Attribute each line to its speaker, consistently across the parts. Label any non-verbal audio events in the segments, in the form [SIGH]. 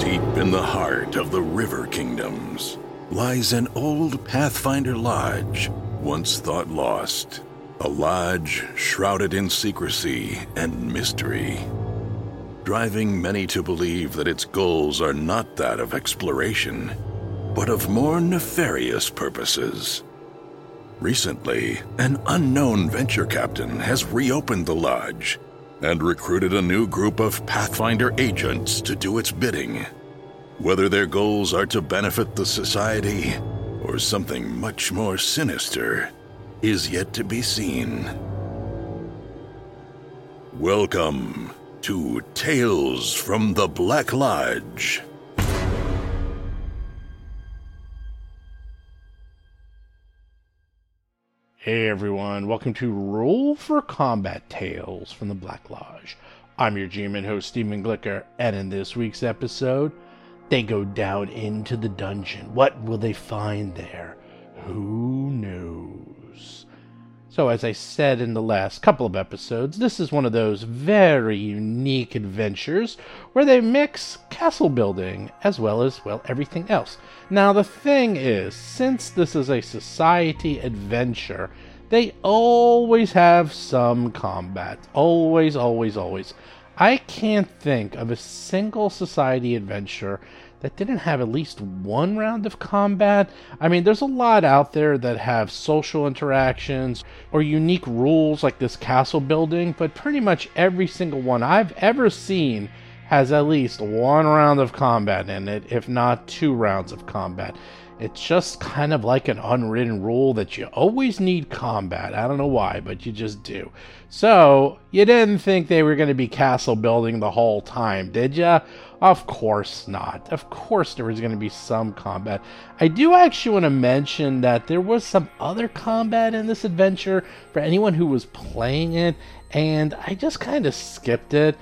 Speaker 1: the heart of the River Kingdoms lies an old Pathfinder lodge, once thought lost. A lodge shrouded in secrecy and mystery, driving many to believe that its goals are not that of exploration, but of more nefarious purposes. Recently, an unknown venture captain has reopened the lodge and recruited a new group of Pathfinder agents to do its bidding. Whether their goals are to benefit the society or something much more sinister is yet to be seen. Welcome to Tales from the Black Lodge.
Speaker 2: Hey everyone, welcome to Roll for Combat Tales from the Black Lodge. I'm your GM and host, Steven Glicker, and in this week's episode, they go down into the dungeon. What will they find there? Who knows? So, as I said in the last couple of episodes, this is one of those very unique adventures where they mix castle building as well as, well, everything else. Now, the thing is, since this is a society adventure, they always have some combat. Always, always, always. I can't think of a single society adventure that didn't have at least one round of combat. I mean, there's a lot out there that have social interactions or unique rules like this castle building, but pretty much every single one I've ever seen has at least one round of combat in it, if not two rounds of combat. It's just kind of like an unwritten rule that you always need combat. I don't know why, but you just do. So, you didn't think they were going to be castle building the whole time, did you? Of course not. Of course there was going to be some combat. I do actually want to mention that there was some other combat in this adventure for anyone who was playing it, and I just kind of skipped it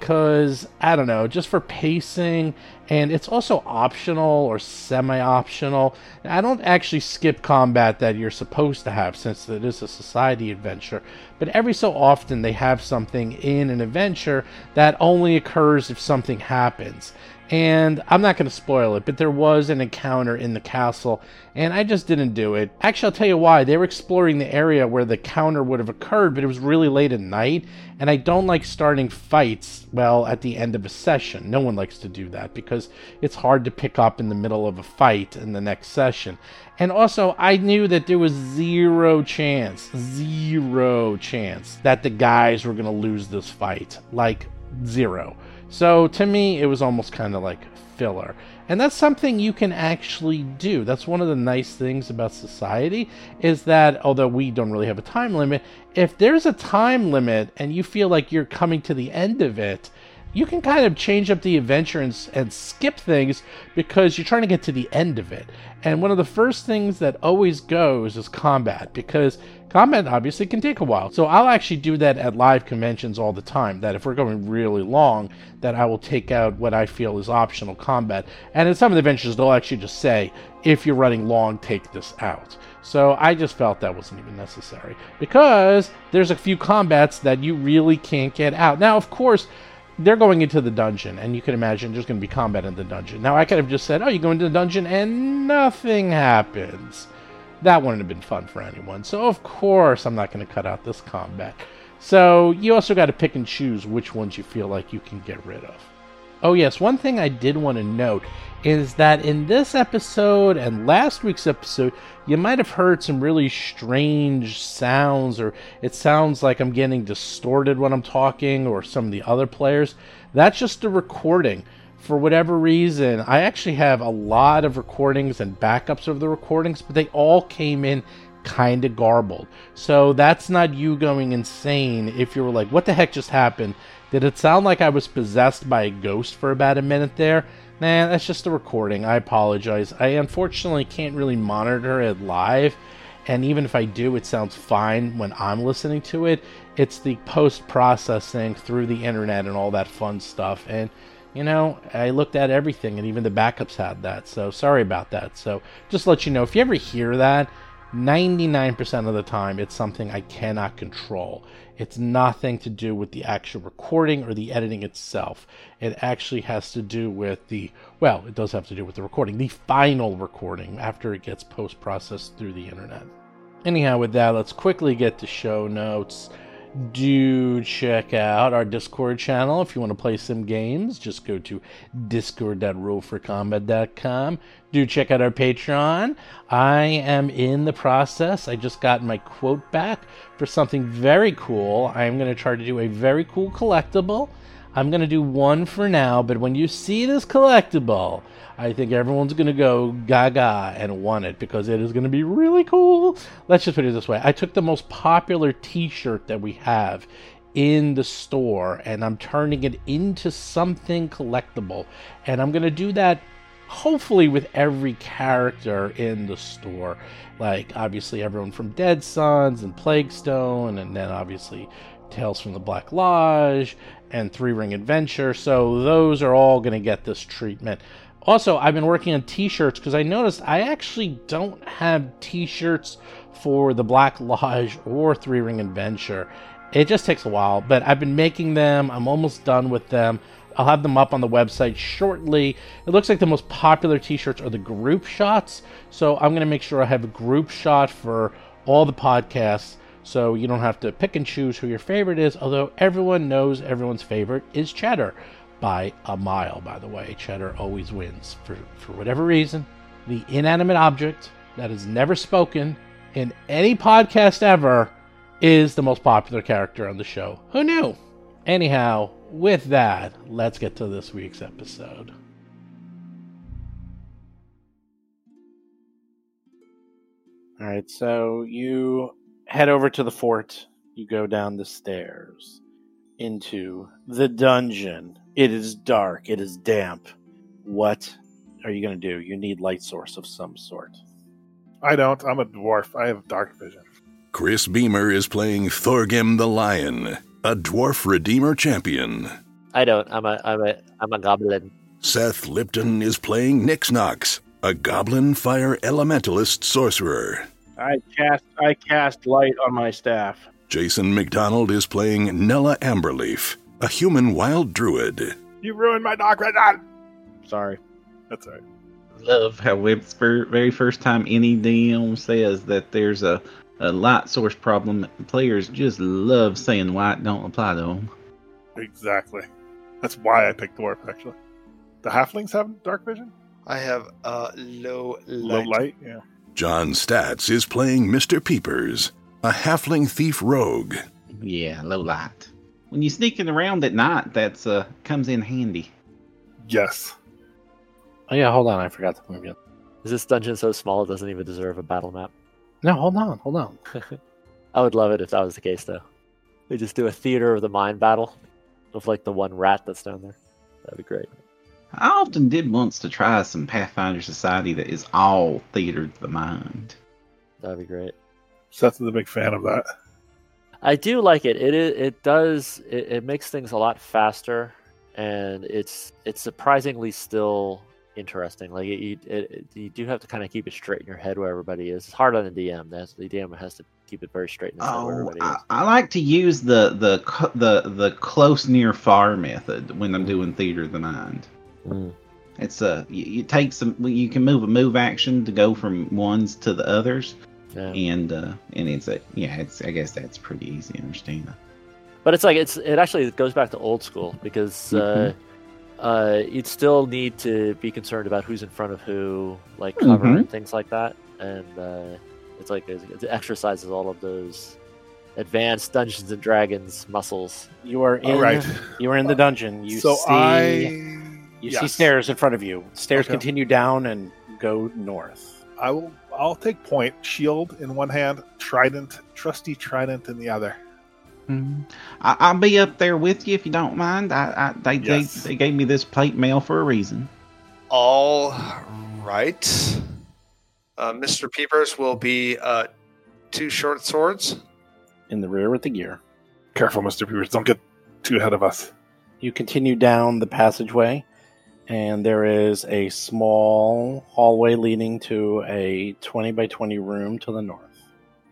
Speaker 2: because I don't know, just for pacing, and it's also optional or semi optional. I don't actually skip combat that you're supposed to have since it is a society adventure, but every so often they have something in an adventure that only occurs if something happens. And I'm not going to spoil it, but there was an encounter in the castle, and I just didn't do it. Actually, I'll tell you why. They were exploring the area where the counter would have occurred, but it was really late at night, and I don't like starting fights, well, at the end of a session. No one likes to do that because it's hard to pick up in the middle of a fight in the next session. And also, I knew that there was zero chance, zero chance that the guys were going to lose this fight. Like, zero. So to me, it was almost kind of like filler. And that's something you can actually do. That's one of the nice things about society is that although we don't really have a time limit, if there's a time limit and you feel like you're coming to the end of it, you can kind of change up the adventure and, and skip things because you're trying to get to the end of it. And one of the first things that always goes is combat because combat obviously can take a while. So I'll actually do that at live conventions all the time. That if we're going really long, that I will take out what I feel is optional combat. And in some of the adventures, they'll actually just say, if you're running long, take this out. So I just felt that wasn't even necessary because there's a few combats that you really can't get out. Now, of course they're going into the dungeon, and you can imagine there's going to be combat in the dungeon. Now, I could have just said, oh, you go into the dungeon and nothing happens. That wouldn't have been fun for anyone. So, of course, I'm not going to cut out this combat. So, you also got to pick and choose which ones you feel like you can get rid of. Oh, yes, one thing I did want to note is that in this episode and last week's episode, you might have heard some really strange sounds, or it sounds like I'm getting distorted when I'm talking, or some of the other players. That's just the recording. For whatever reason, I actually have a lot of recordings and backups of the recordings, but they all came in kind of garbled. So that's not you going insane if you were like, what the heck just happened? Did it sound like I was possessed by a ghost for about a minute there? Nah, that's just a recording. I apologize. I unfortunately can't really monitor it live, and even if I do, it sounds fine when I'm listening to it. It's the post processing through the internet and all that fun stuff. And, you know, I looked at everything, and even the backups had that. So, sorry about that. So, just let you know if you ever hear that, 99% of the time, it's something I cannot control. It's nothing to do with the actual recording or the editing itself. It actually has to do with the, well, it does have to do with the recording, the final recording after it gets post processed through the internet. Anyhow, with that, let's quickly get to show notes. Do check out our Discord channel if you want to play some games. Just go to discord.rollforcombat.com. Do check out our Patreon. I am in the process. I just got my quote back for something very cool. I'm going to try to do a very cool collectible. I'm going to do one for now, but when you see this collectible, I think everyone's going to go gaga and want it because it is going to be really cool. Let's just put it this way I took the most popular t shirt that we have in the store and I'm turning it into something collectible. And I'm going to do that hopefully with every character in the store. Like, obviously, everyone from Dead Sons and Plague Stone, and then obviously Tales from the Black Lodge and Three Ring Adventure. So those are all going to get this treatment. Also, I've been working on t-shirts because I noticed I actually don't have t-shirts for the Black Lodge or Three Ring Adventure. It just takes a while, but I've been making them. I'm almost done with them. I'll have them up on the website shortly. It looks like the most popular t-shirts are the group shots, so I'm going to make sure I have a group shot for all the podcasts so you don't have to pick and choose who your favorite is, although everyone knows everyone's favorite is Cheddar by a mile, by the way. Cheddar always wins for, for whatever reason. The inanimate object that is never spoken in any podcast ever is the most popular character on the show. Who knew? Anyhow, with that, let's get to this week's episode. All right, so you head over to the fort. You go down the stairs into the dungeon. It is dark. It is damp. What are you going to do? You need light source of some sort.
Speaker 3: I don't. I'm a dwarf. I have dark vision.
Speaker 1: Chris Beamer is playing Thorgim the Lion, a dwarf redeemer champion.
Speaker 4: I don't. I'm a I'm a I'm a goblin.
Speaker 1: Seth Lipton is playing Nixnox, a goblin fire elementalist sorcerer.
Speaker 3: I cast I cast light on my staff.
Speaker 1: Jason McDonald is playing Nella Amberleaf, a human wild druid.
Speaker 3: You ruined my dark vision. Sorry, that's all right.
Speaker 5: Love how it's for very first time any DM says that there's a, a light source problem. Players just love saying light don't apply to them.
Speaker 3: Exactly. That's why I picked dwarf. Actually, the halflings have dark vision.
Speaker 6: I have uh, low light.
Speaker 3: Low light. Yeah.
Speaker 1: John Statz is playing Mr. Peepers, a halfling thief rogue.
Speaker 5: Yeah, low light. When you're sneaking around at night, that's uh comes in handy.
Speaker 3: Yes.
Speaker 2: Oh yeah, hold on, I forgot to move you.
Speaker 4: Is this dungeon so small it doesn't even deserve a battle map?
Speaker 2: No, hold on, hold on.
Speaker 4: I would love it if that was the case though. They just do a theater of the mind battle with like the one rat that's down there. That'd be great.
Speaker 5: I often did once to try some Pathfinder Society that is all theater to the mind.
Speaker 4: That'd be great.
Speaker 3: Seth is a big fan of that.
Speaker 4: I do like it. It is, it does it, it makes things a lot faster, and it's it's surprisingly still interesting. Like it, it, it you do have to kind of keep it straight in your head where everybody is. It's hard on the DM. That's the DM has to keep it very straight in the head where
Speaker 5: Oh,
Speaker 4: everybody is.
Speaker 5: I, I like to use the the co- the the close near far method when I'm doing theater of the mind.
Speaker 4: Mm.
Speaker 5: It's uh, you, you take some, you can move a move action to go from ones to the others,
Speaker 4: Yeah.
Speaker 5: and uh, and it's a yeah, it's I guess that's pretty easy to understand.
Speaker 4: But it's like it's it actually goes back to old school because uh, uh, you'd still need to be concerned about who's in front of who, like cover
Speaker 5: Mhm.
Speaker 4: and things like that. And uh, it's like it it exercises all of those advanced Dungeons and Dragons muscles.
Speaker 2: You are in.
Speaker 3: All right.
Speaker 2: You are in the dungeon. You
Speaker 3: so
Speaker 2: see.
Speaker 3: I.
Speaker 2: You see
Speaker 3: yes.
Speaker 2: stairs in front of you. Stairs
Speaker 3: Okay.
Speaker 2: continue down and go north.
Speaker 3: I will. I'll take point. Shield in one hand, trident, trusty trident in the other.
Speaker 6: Mm-hmm.
Speaker 5: Mhm. I, I'll be up there with you if you don't mind. I, I they,
Speaker 3: Yes.
Speaker 5: they they gave me this plate mail for a reason.
Speaker 6: All right. Uh, Mr. Peepers will be uh, two short swords.
Speaker 2: In the rear with the gear.
Speaker 3: Careful, Mister Peepers. Don't get too ahead of us.
Speaker 2: You continue down the passageway and there is a small hallway leading to a 20 by 20 room to the north.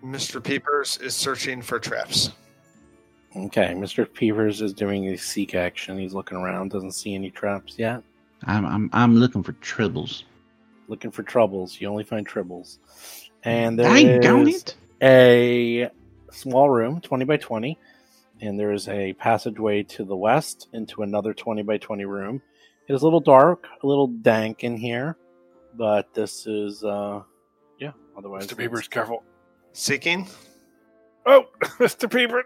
Speaker 6: Mr. Peepers is searching for traps.
Speaker 2: Okay, Mr. Peavers is doing a seek action. He's looking around, doesn't see any traps yet.
Speaker 5: I'm I'm I'm looking for tribbles.
Speaker 2: Looking for troubles. You only find troubles. And there
Speaker 5: I don't
Speaker 2: is
Speaker 5: it.
Speaker 2: a small room, 20 by 20, and there is a passageway to the west into another 20 by 20 room. It is a little dark, a little dank in here, but this is, uh, yeah, otherwise.
Speaker 3: Mr.
Speaker 2: it's-
Speaker 3: Beaver's careful.
Speaker 6: Seeking?
Speaker 3: Oh, Mr. Beaver.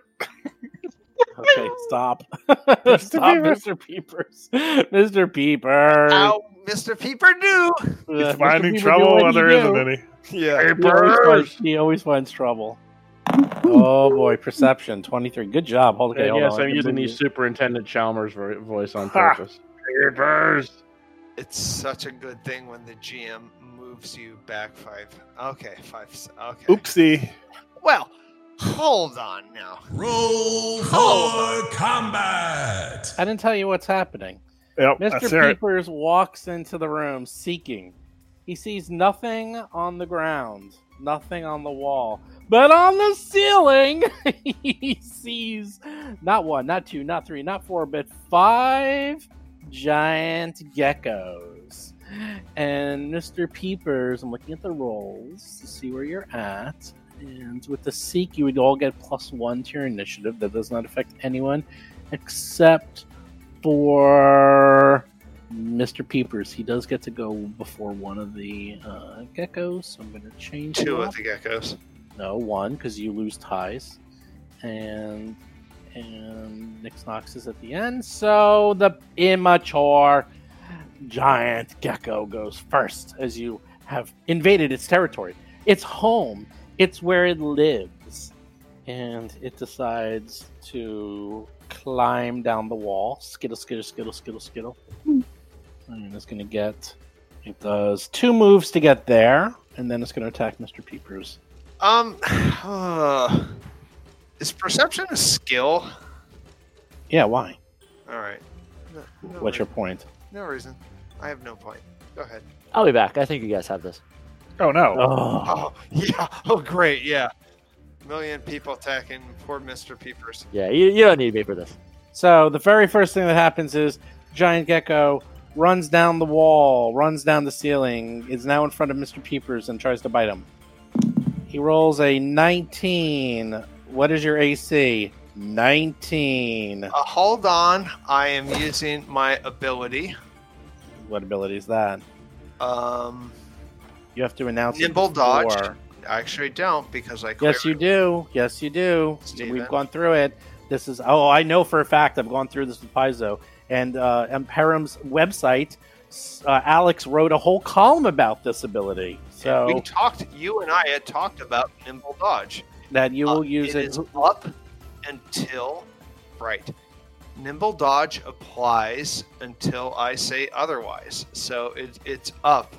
Speaker 2: Okay, stop. stop,
Speaker 3: Beaver.
Speaker 2: Mr. [LAUGHS] Peepers. Mr. Peepers.
Speaker 6: Ow, Mr. Peeper knew!
Speaker 2: Uh,
Speaker 3: He's
Speaker 2: Mr.
Speaker 3: finding
Speaker 2: Beaver, do
Speaker 3: trouble
Speaker 2: what you
Speaker 3: when there isn't
Speaker 2: do.
Speaker 3: any.
Speaker 6: Yeah.
Speaker 2: He always, finds, he always finds trouble. Oh boy, perception twenty three. Good job. Hold, okay,
Speaker 7: And
Speaker 2: hold
Speaker 7: yes,
Speaker 2: on. I
Speaker 7: I'm
Speaker 2: can
Speaker 7: using
Speaker 2: move
Speaker 7: the
Speaker 2: you.
Speaker 7: Superintendent Chalmers vo- voice on
Speaker 3: [LAUGHS] Ha!
Speaker 7: purpose. Papers.
Speaker 6: It's such a good thing when the GM moves you back five. Okay, five. s- Okay.
Speaker 3: Oopsie.
Speaker 6: Well, hold on now.
Speaker 8: Roll
Speaker 6: Hold
Speaker 8: for combat.
Speaker 2: I didn't tell you what's happening.
Speaker 3: Yep, that's
Speaker 2: Mr.
Speaker 3: it.
Speaker 2: Peepers walks into the room seeking. He sees nothing on the ground, nothing on the wall, but on the ceiling, [LAUGHS] he sees not one, not two, not three, not four, but five giant geckos. And Mr. Peepers, I'm looking at the rolls to see where you're at. And with the seek, you would all get plus one to your initiative. That does not affect anyone except for Mr. Peepers. He does get to go before one of the uh, geckos, so I'm going to change
Speaker 6: Two
Speaker 2: that.
Speaker 6: of the geckos.
Speaker 2: No, one, because you lose ties. And and Nix Nox is at the end, so the immature giant gecko goes first as you have invaded its territory. It's home. It's where it lives. And it decides to climb down the wall. Skittle, skittle, skittle, skittle, skittle. And it's going to get. It does two moves to get there, and then it's going to attack Mr. Peepers.
Speaker 6: Um, [SIGHS] uh, is perception a skill?
Speaker 2: Yeah, why?
Speaker 6: All right. No, no
Speaker 2: What's your
Speaker 6: reason.
Speaker 2: point?
Speaker 6: No reason. I have no point. Go ahead.
Speaker 4: I'll be back. I think you guys have this.
Speaker 3: Oh, no.
Speaker 2: Oh,
Speaker 6: Oh [LAUGHS] yeah. Oh great. Yeah. Million people attacking poor Mr. Peepers.
Speaker 4: Yeah, you, you don't need me for this. [LAUGHS]
Speaker 2: So the very first thing that happens is giant gecko runs down the wall, runs down the ceiling, is now in front of Mr. Peepers and tries to bite him. He rolls a 19. What is your AC? 19.
Speaker 6: Uh, hold on. I am using my ability.
Speaker 2: What ability is that?
Speaker 6: Um,
Speaker 2: You have to announce it
Speaker 6: Nimble dodge.
Speaker 2: before.
Speaker 6: I actually don't because I.
Speaker 2: Yes,
Speaker 6: clear-
Speaker 2: you do. Yes, you do.
Speaker 6: Steven.
Speaker 2: We've gone through it. This is oh, I know for a fact. I've gone through this with Paizo and uh, Imperim's website. s- Uh, Alex wrote a whole column about this ability, so
Speaker 6: We talked. You and I had talked about nimble dodge.
Speaker 2: that you
Speaker 6: Uh,
Speaker 2: will use
Speaker 6: it
Speaker 2: it.
Speaker 6: is up until right. Nimble dodge applies until I say otherwise. So it, it's up.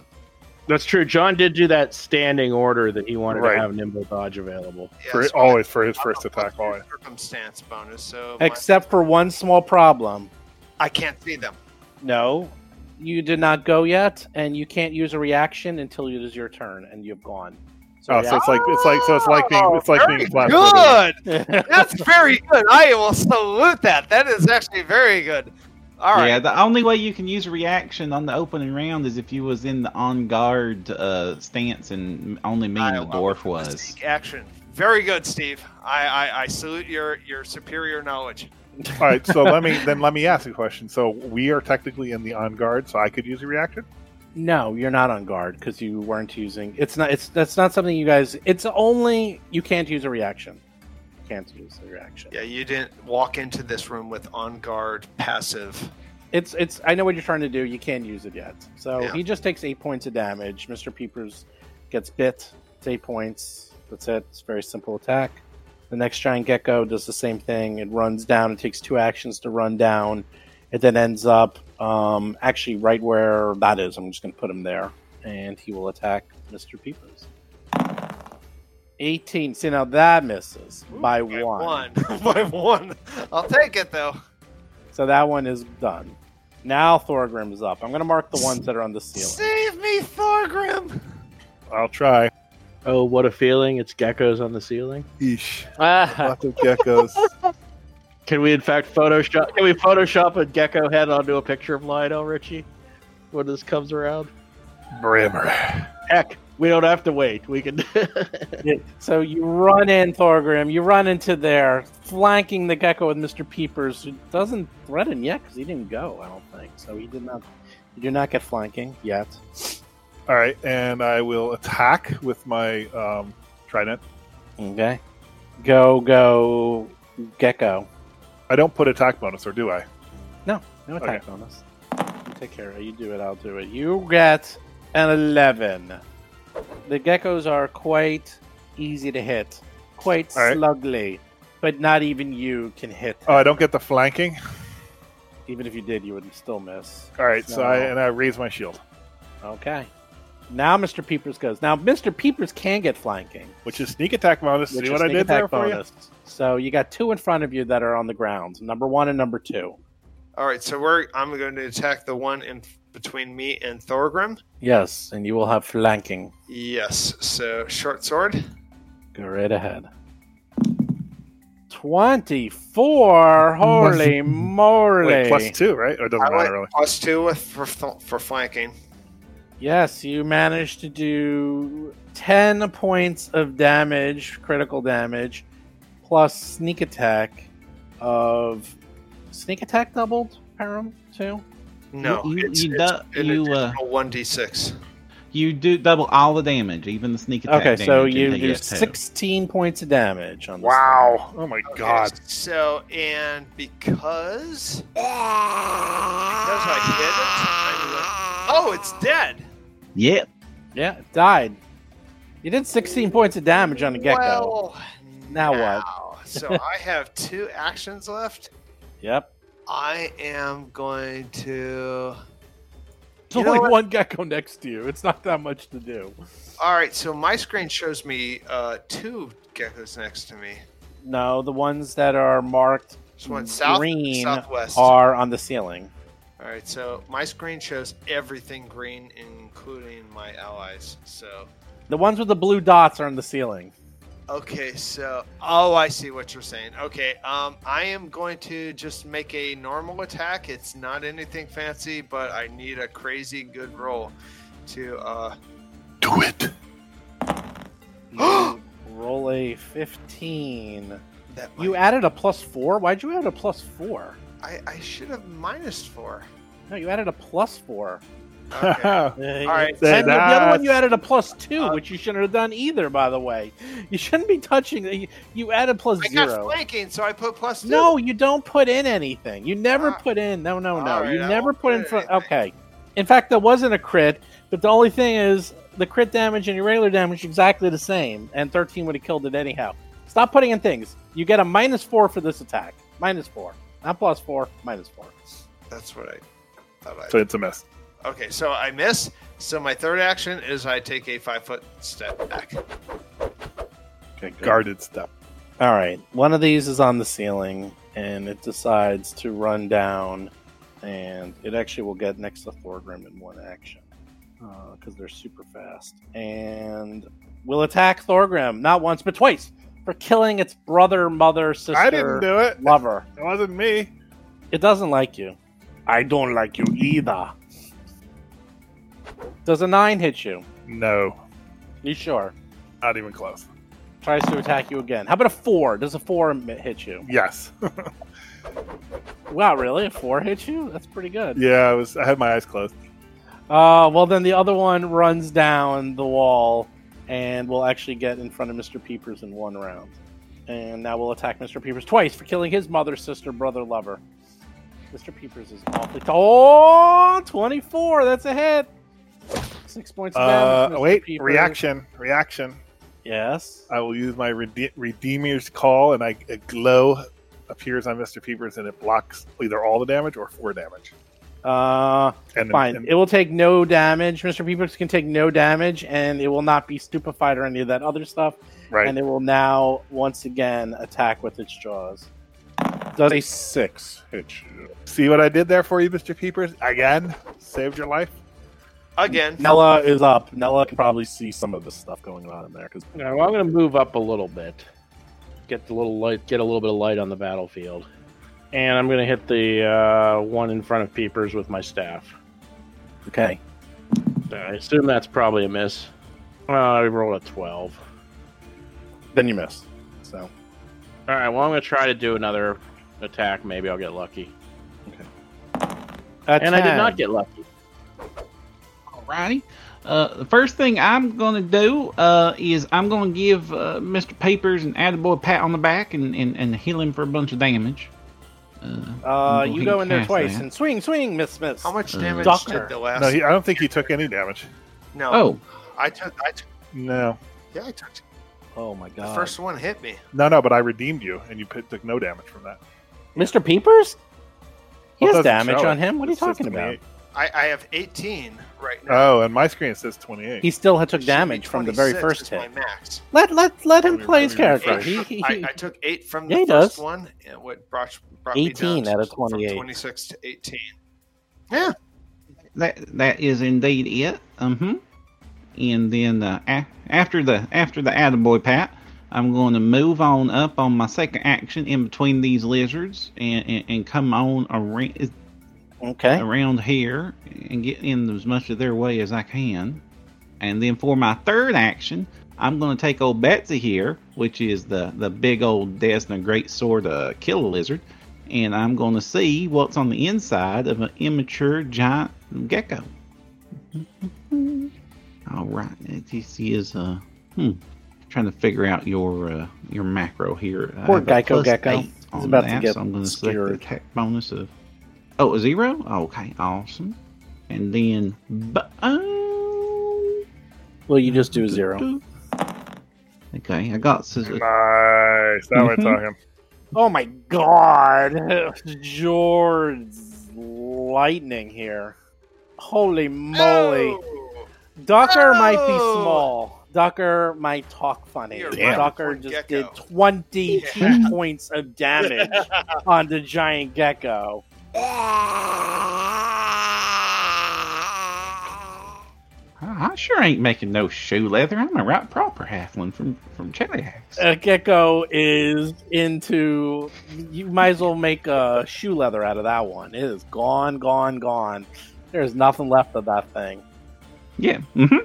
Speaker 7: That's true. John did do that standing order that he wanted
Speaker 3: Right.
Speaker 7: to have Nimble Dodge available.
Speaker 3: For,
Speaker 6: Yes,
Speaker 3: always for his
Speaker 6: but
Speaker 3: first
Speaker 6: I'm a
Speaker 3: attack, always.
Speaker 6: Circumstance bonus. So my-
Speaker 2: Except for one small problem.
Speaker 6: I can't see them.
Speaker 2: No, you did not go yet, and you can't use a reaction until it is your turn and you've gone.
Speaker 3: Oh, so it's like it's like so it's like being it's like
Speaker 6: Oh, Very
Speaker 3: being blasted.
Speaker 6: good. [LAUGHS]
Speaker 2: yeah.
Speaker 6: That's very good. I will salute that. That is actually very good. All right.
Speaker 5: Yeah, the only way you can use reaction on the opening round is if you was in the on guard uh, stance and only me and
Speaker 6: I
Speaker 5: the
Speaker 6: love
Speaker 5: dwarf
Speaker 6: it.
Speaker 5: was.
Speaker 6: Mistake action. Very good, Steve. I, I, I salute your, your superior knowledge.
Speaker 3: All right, so let me then let me ask a question. So we are technically in the on guard, so I could use a reaction.
Speaker 2: No, you're not on guard because you weren't using. It's not. It's that's not something you guys. It's only you can't use a reaction. Can't use a reaction.
Speaker 6: Yeah, you didn't walk into this room with on guard passive.
Speaker 2: It's it's. I know what you're trying to do. You can't use it yet. So
Speaker 6: Yeah.
Speaker 2: he just takes eight points of damage. Mister Peepers gets bit. It's eight points. That's it. It's a very simple attack. The next giant gecko does the same thing. It runs down. It takes two actions to run down. It then ends up um, actually right where that is. I'm just going to put him there, and he will attack Mister Peepers. 18. See now that misses by
Speaker 6: [LAUGHS] By
Speaker 2: one.
Speaker 6: By one. I'll take it though.
Speaker 2: So that one is done. Now Thorgrim is up. I'm going to mark the ones that are on the
Speaker 6: [LAUGHS]
Speaker 2: ceiling.
Speaker 6: Save me, Thorgrim!
Speaker 3: I'll try.
Speaker 9: Oh, what a feeling! It's geckos on the ceiling.
Speaker 3: Eesh.
Speaker 4: Ah,
Speaker 3: Lots of geckos.
Speaker 9: Can we, in fact, Photoshop? Can we Photoshop a gecko head onto a picture of Lionel Richie when this comes around?
Speaker 3: Brimmer.
Speaker 9: Heck, we don't have to wait. We can. [LAUGHS]
Speaker 2: So you run in, Thorgrim. You run into there, flanking the gecko with Mr. Peepers, who doesn't threaten yet because he didn't go. I don't think so. He did not. You do not get flanking yet.
Speaker 3: All right, and I will attack with my um, trident.
Speaker 2: Okay. Go, go, gecko.
Speaker 3: I don't put attack bonus, or do I?
Speaker 2: No attack bonus. You take care of it. You do it. I'll do it. You get an 11. The geckos are quite easy to hit, quite
Speaker 3: All right.
Speaker 2: slugly, but not even you can hit.
Speaker 3: Oh, I don't get the flanking.
Speaker 2: Even if you did, you would still miss.
Speaker 3: All right, so I
Speaker 2: No.
Speaker 3: and I raise my shield,
Speaker 2: Okay. Now Mr. Peepers goes. Now Mr. Peepers can get flanking.
Speaker 3: which is sneak attack bonus.
Speaker 2: which
Speaker 3: See
Speaker 2: is
Speaker 3: what I
Speaker 2: sneak
Speaker 3: did there
Speaker 2: attack
Speaker 3: for you?
Speaker 2: bonus. So you got two in front of you that are on the ground. Number one and number two.
Speaker 6: All right, so we're I'm going to attack the one in between me and Thorgrim.
Speaker 2: Yes, and you will have flanking.
Speaker 6: Yes. So short sword.
Speaker 2: Go right ahead. 24. Holy moly.
Speaker 3: Wait, plus two, right? Or it doesn't
Speaker 6: I went
Speaker 3: matter really.
Speaker 6: plus two with for, for flanking.
Speaker 2: Yes, you managed to do 10 points of damage, critical damage, plus sneak attack of. Sneak attack doubled, Param, too?
Speaker 6: No,
Speaker 5: You- you-
Speaker 6: it's,
Speaker 5: you
Speaker 6: it's
Speaker 5: du-
Speaker 6: an
Speaker 5: you, uh,
Speaker 6: additional one d six.
Speaker 5: You do double all the damage, even the sneak attack.
Speaker 2: Okay, so
Speaker 5: damage, and
Speaker 2: you
Speaker 5: they
Speaker 2: do
Speaker 5: get two.
Speaker 2: 16 points of damage on this.
Speaker 3: Wow! Oh my god!
Speaker 6: So and because because I hit it, I went, oh, it's dead.
Speaker 5: Yep.
Speaker 2: thing. Yeah, it died. You did 16 points of damage on the gecko.
Speaker 6: Well,
Speaker 2: Now what?
Speaker 6: what? so I have two actions left.
Speaker 2: yep.
Speaker 6: I am going to.
Speaker 7: It's
Speaker 6: You know
Speaker 7: only
Speaker 6: what?
Speaker 7: one gecko next to you. It's not that much to do.
Speaker 6: All right, so my screen shows me uh, two geckos next to me.
Speaker 2: No, the ones that are marked
Speaker 6: Just one south,
Speaker 2: Green
Speaker 6: southwest.
Speaker 2: are on the ceiling.
Speaker 6: All right, so my screen shows everything green, including my allies. So,
Speaker 2: The ones with the blue dots are on the ceiling.
Speaker 6: okay, so oh, I see what you're saying. Okay, um, I am going to just make a normal attack. It's not anything fancy, but I need a crazy good roll to. Uh,
Speaker 1: Do it.
Speaker 2: You roll a 15.
Speaker 6: that
Speaker 2: You
Speaker 6: might-
Speaker 2: added a plus four? Why'd you add a plus four?
Speaker 6: I, I should have
Speaker 2: [LAUGHS]
Speaker 6: minus four.
Speaker 2: No, you added a plus four. [LAUGHS]
Speaker 6: Okay. All right,
Speaker 3: Say
Speaker 2: And the, the other one
Speaker 3: that.
Speaker 2: you added a plus two,
Speaker 6: Uh,
Speaker 2: which you shouldn't have done either, by the way. You shouldn't be touching. the- You, you added plus
Speaker 6: I got
Speaker 2: zero.
Speaker 6: flanking, so I put plus two.
Speaker 2: No, you don't put in anything. You never
Speaker 6: Ah.
Speaker 2: put in. No, no, no.
Speaker 6: All right,
Speaker 2: you
Speaker 6: I
Speaker 2: never
Speaker 6: won't
Speaker 2: put
Speaker 6: put
Speaker 2: in
Speaker 6: in
Speaker 2: front.
Speaker 6: anything.
Speaker 2: Okay. In fact, there wasn't a crit, but the only thing is the crit damage and your regular damage are exactly the same, and 13 would have killed it anyhow. Stop putting in things. You get a minus four for this attack. Minus four. Not plus four, minus four.
Speaker 6: That's what I thought
Speaker 3: [LAUGHS]
Speaker 6: I
Speaker 3: So it's a miss.
Speaker 6: Okay, so I miss. So my third action is I take a five foot step back.
Speaker 2: Okay, good.
Speaker 3: Guarded step.
Speaker 2: All right. One of these is on the ceiling, and it decides to run down, and it actually will get next to Thorgrim in one action because they're super fast. And will attack Thorgrim not once but twice for killing its brother, mother, sister,
Speaker 3: I didn't do it.
Speaker 2: lover.
Speaker 3: It wasn't me.
Speaker 2: It doesn't like you. I don't like you either. Does a nine hit you?
Speaker 3: No,
Speaker 2: You sure?
Speaker 3: not even close.
Speaker 2: Tries to attack you again. How about a four? Does a four hit you?
Speaker 3: Yes.
Speaker 2: Wow, really? A four hits you? That's pretty good.
Speaker 3: yeah, I was. I had my eyes closed.
Speaker 2: Uh, well, then the other one runs down the wall and will actually get in front of Mr. Peepers in one round. And now we'll attack Mr. Peepers twice for killing his mother, sister, brother, lover. Mr. Peepers is awfully. Oh, 24. That's a hit. Six points of
Speaker 3: Uh,
Speaker 2: damage. Mr.
Speaker 3: wait,
Speaker 2: Peepers.
Speaker 3: reaction, reaction.
Speaker 2: Yes.
Speaker 3: I will use my rede- Redeemer's Call, and I, a glow appears on Mr. Peepers, and it blocks either all the damage or four damage.
Speaker 2: Uh,
Speaker 3: And
Speaker 2: fine.
Speaker 3: and-
Speaker 2: it will take no damage. Mr. Peepers can take no damage, and it will not be stupefied or any of that other stuff.
Speaker 3: right.
Speaker 2: and it will now once again attack with its jaws. Does a six hit you?
Speaker 3: See what I did there for you, Mr. Peepers? Again, saved your life.
Speaker 6: Again,
Speaker 2: Nella is up. Nella can probably see some of the stuff going on in there because
Speaker 9: All right, well, I'm going to move up a little bit, get the little light, get a little bit of light on the battlefield, and I'm going to hit the uh, one in front of Peepers with my staff.
Speaker 2: okay,
Speaker 9: So I assume that's probably a miss. Well, I rolled a twelve.
Speaker 2: then you miss. So
Speaker 9: All right, well, I'm going to try to do another attack. Maybe I'll get lucky.
Speaker 2: A
Speaker 9: And I did
Speaker 2: 10.
Speaker 9: not get lucky.
Speaker 5: Alrighty. Uh, the first thing I'm gonna do uh, is I'm gonna give uh, Mr. Papers an attaboy pat on the back and, and, and heal him for a bunch of damage. Uh,
Speaker 2: Uh, you
Speaker 5: He
Speaker 2: go in there
Speaker 5: cast
Speaker 2: twice
Speaker 5: that.
Speaker 2: and swing, swing, miss, miss.
Speaker 6: how much damage
Speaker 2: Doctor.
Speaker 6: did the last?
Speaker 3: Mm. No, he, I don't think he took any damage.
Speaker 6: no.
Speaker 5: oh,
Speaker 6: I took. I took.
Speaker 3: No,
Speaker 6: Yeah, I took.
Speaker 2: Oh my
Speaker 6: The
Speaker 2: god!
Speaker 6: first one hit me.
Speaker 3: no, no. But I redeemed you, and you p- took no damage from that.
Speaker 2: Mr. Peepers. He
Speaker 3: Well,
Speaker 2: has
Speaker 3: doesn't
Speaker 2: damage
Speaker 3: show
Speaker 2: on
Speaker 3: it.
Speaker 2: him. What are you
Speaker 3: It says
Speaker 2: talking about?
Speaker 3: 28.
Speaker 6: I, I have 18 right now.
Speaker 3: Oh, and my screen says twenty-eight.
Speaker 2: He still had
Speaker 6: It
Speaker 2: took
Speaker 6: should be
Speaker 2: damage from the very
Speaker 6: 26
Speaker 2: first
Speaker 6: is
Speaker 2: hit.
Speaker 6: My max.
Speaker 2: Let let let him
Speaker 3: Let me-
Speaker 2: play his
Speaker 3: let me refresh.
Speaker 2: character.
Speaker 6: Eight
Speaker 2: He,
Speaker 6: from-
Speaker 2: he,
Speaker 6: I,
Speaker 2: he-
Speaker 6: I took eight from the
Speaker 2: Yeah, he
Speaker 6: first
Speaker 2: does.
Speaker 6: one, and what brought, brought me down
Speaker 2: 18 out of
Speaker 6: to-
Speaker 2: 28.
Speaker 6: From 26 to 18. Yeah.
Speaker 5: that that is indeed it. Mm-hmm. And then uh, a- after the after the attaboy pat, I'm going to move on up on my second action in between these lizards and, and, and come on around,
Speaker 2: okay.
Speaker 5: around here and get in as much of their way as I can. And then for my third action, I'm going to take old Betsy here, which is the, the big old Desna Great Sword uh, Killer Lizard, and I'm going to see what's on the inside of an immature giant gecko.
Speaker 2: Mm-hmm.
Speaker 5: All right, this is uh, hmm, trying to figure out your uh, your macro here. I
Speaker 2: Poor
Speaker 5: have a
Speaker 2: Geico
Speaker 5: plus
Speaker 2: Gecko.
Speaker 5: eight
Speaker 2: He's
Speaker 5: on
Speaker 2: about to get
Speaker 5: so I'm going to select
Speaker 2: scared.
Speaker 5: the attack bonus of Oh, a zero? Okay, awesome. And then. bu- uh, um,
Speaker 2: Well, you just do zero.
Speaker 5: Okay, I got. uh, s-
Speaker 3: Nice. Now we're
Speaker 2: Mm-hmm.
Speaker 5: Mhm.
Speaker 3: talking.
Speaker 2: Oh my god, George's lightning here! Holy moly!
Speaker 6: Oh,
Speaker 2: Docker might be
Speaker 6: Oh!
Speaker 2: small. Docker might talk funny.
Speaker 6: You're
Speaker 3: Damn.
Speaker 2: Docker
Speaker 6: Poor
Speaker 2: just
Speaker 6: gecko.
Speaker 2: did 22 [LAUGHS]
Speaker 6: Yeah.
Speaker 2: points of
Speaker 6: [LAUGHS]
Speaker 2: damage on the giant gecko.
Speaker 6: Oh!
Speaker 5: I I sure ain't making no shoe leather. I'm a right proper halfling from from Chiliacs.
Speaker 2: A Uh, gecko is into. You might as well make a shoe leather out of that one. It is gone, gone, gone. There's nothing left of that thing.
Speaker 5: Yeah. hmm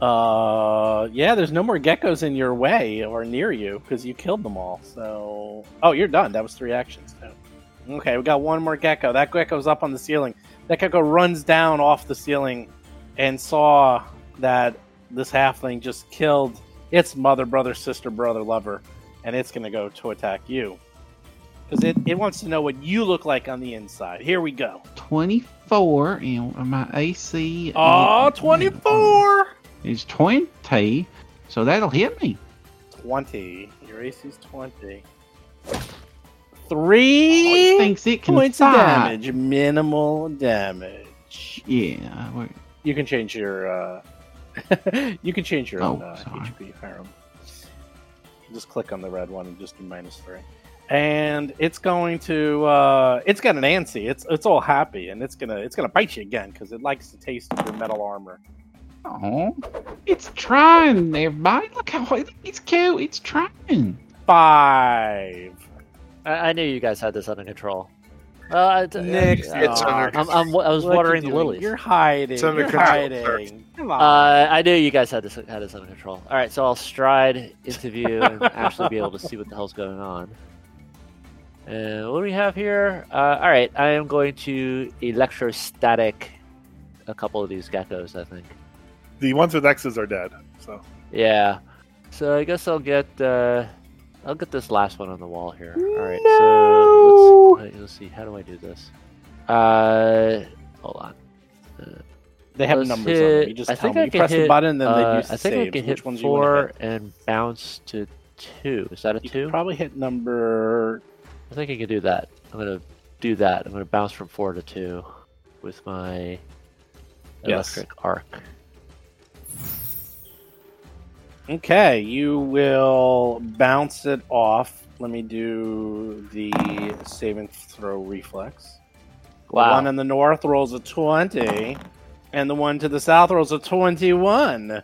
Speaker 2: Uh, yeah, there's no more geckos in your way or near you because you killed them all. So, oh, you're done. That was three actions. too. Okay, we got one more gecko. That gecko's up on the ceiling. That gecko runs down off the ceiling and saw that this halfling just killed its mother, brother, sister, brother, lover, and it's going to go to attack you because it, it wants to know what you look like on the inside. Here we go.
Speaker 5: Twenty four and my AC.
Speaker 2: Oh,
Speaker 5: uh,
Speaker 2: 24!
Speaker 5: Is twenty, so that'll hit me.
Speaker 2: 20. Your AC's 20. Three
Speaker 5: Thinks it can
Speaker 2: points of
Speaker 5: fight.
Speaker 2: damage. Minimal damage.
Speaker 5: Yeah. wait,
Speaker 2: You can change your. Uh, [LAUGHS] you can change your
Speaker 5: Oh,
Speaker 2: own, uh,
Speaker 5: sorry.
Speaker 2: HP, Hiram. Just click on the red one and just do minus three. And it's going to. Uh, it's got an antsy. It's it's all happy, and it's gonna it's gonna bite you again because it likes the taste of your metal armor.
Speaker 5: Aw, it's trying, everybody. Look how it's cute. It's trying.
Speaker 2: Five.
Speaker 4: I, I knew you guys had this under control. Uh, it-
Speaker 2: Nick's
Speaker 4: uh,
Speaker 6: It's
Speaker 2: under-
Speaker 4: I'm, I'm, I was
Speaker 2: What you
Speaker 4: watering the
Speaker 2: doing?
Speaker 4: lilies.
Speaker 2: You're hiding.
Speaker 6: It's under
Speaker 2: You're
Speaker 6: control
Speaker 2: hiding.
Speaker 6: first.
Speaker 2: Come on.
Speaker 4: Uh, I knew you guys had this had this under control. All right, so I'll stride into view
Speaker 2: [LAUGHS]
Speaker 4: and actually be able to see what the hell's going on. And what do we have here? Uh, all right, I am going to electrostatic a couple of these geckos. I think.
Speaker 3: The ones with X's are dead. So
Speaker 4: Yeah. So I guess I'll get uh, I'll get this last one on the wall here. All right. So let's, wait, let's see. How do I do this? Uh, hold on.
Speaker 2: they have
Speaker 4: let's
Speaker 2: numbers on
Speaker 4: hit-
Speaker 2: them. You just
Speaker 4: I
Speaker 2: tell
Speaker 4: think
Speaker 2: them.
Speaker 4: I
Speaker 2: You
Speaker 4: can
Speaker 2: press the
Speaker 4: hit,
Speaker 2: button, then
Speaker 4: Uh,
Speaker 2: they use
Speaker 4: I
Speaker 2: the
Speaker 4: think
Speaker 2: saves.
Speaker 4: I can hit
Speaker 2: Which ones
Speaker 4: four
Speaker 2: do
Speaker 4: and bounce to two. Is that a
Speaker 2: you want to hit? You
Speaker 4: two?
Speaker 2: could probably hit number.
Speaker 4: I think I can do that. I'm gonna do that. I'm gonna bounce from four to two with my
Speaker 2: Yes.
Speaker 4: electric arc.
Speaker 2: Okay, you will bounce it off. Let me do the saving throw reflex.
Speaker 4: Wow.
Speaker 2: The one in the north rolls a 20, and the one to the south rolls a 21.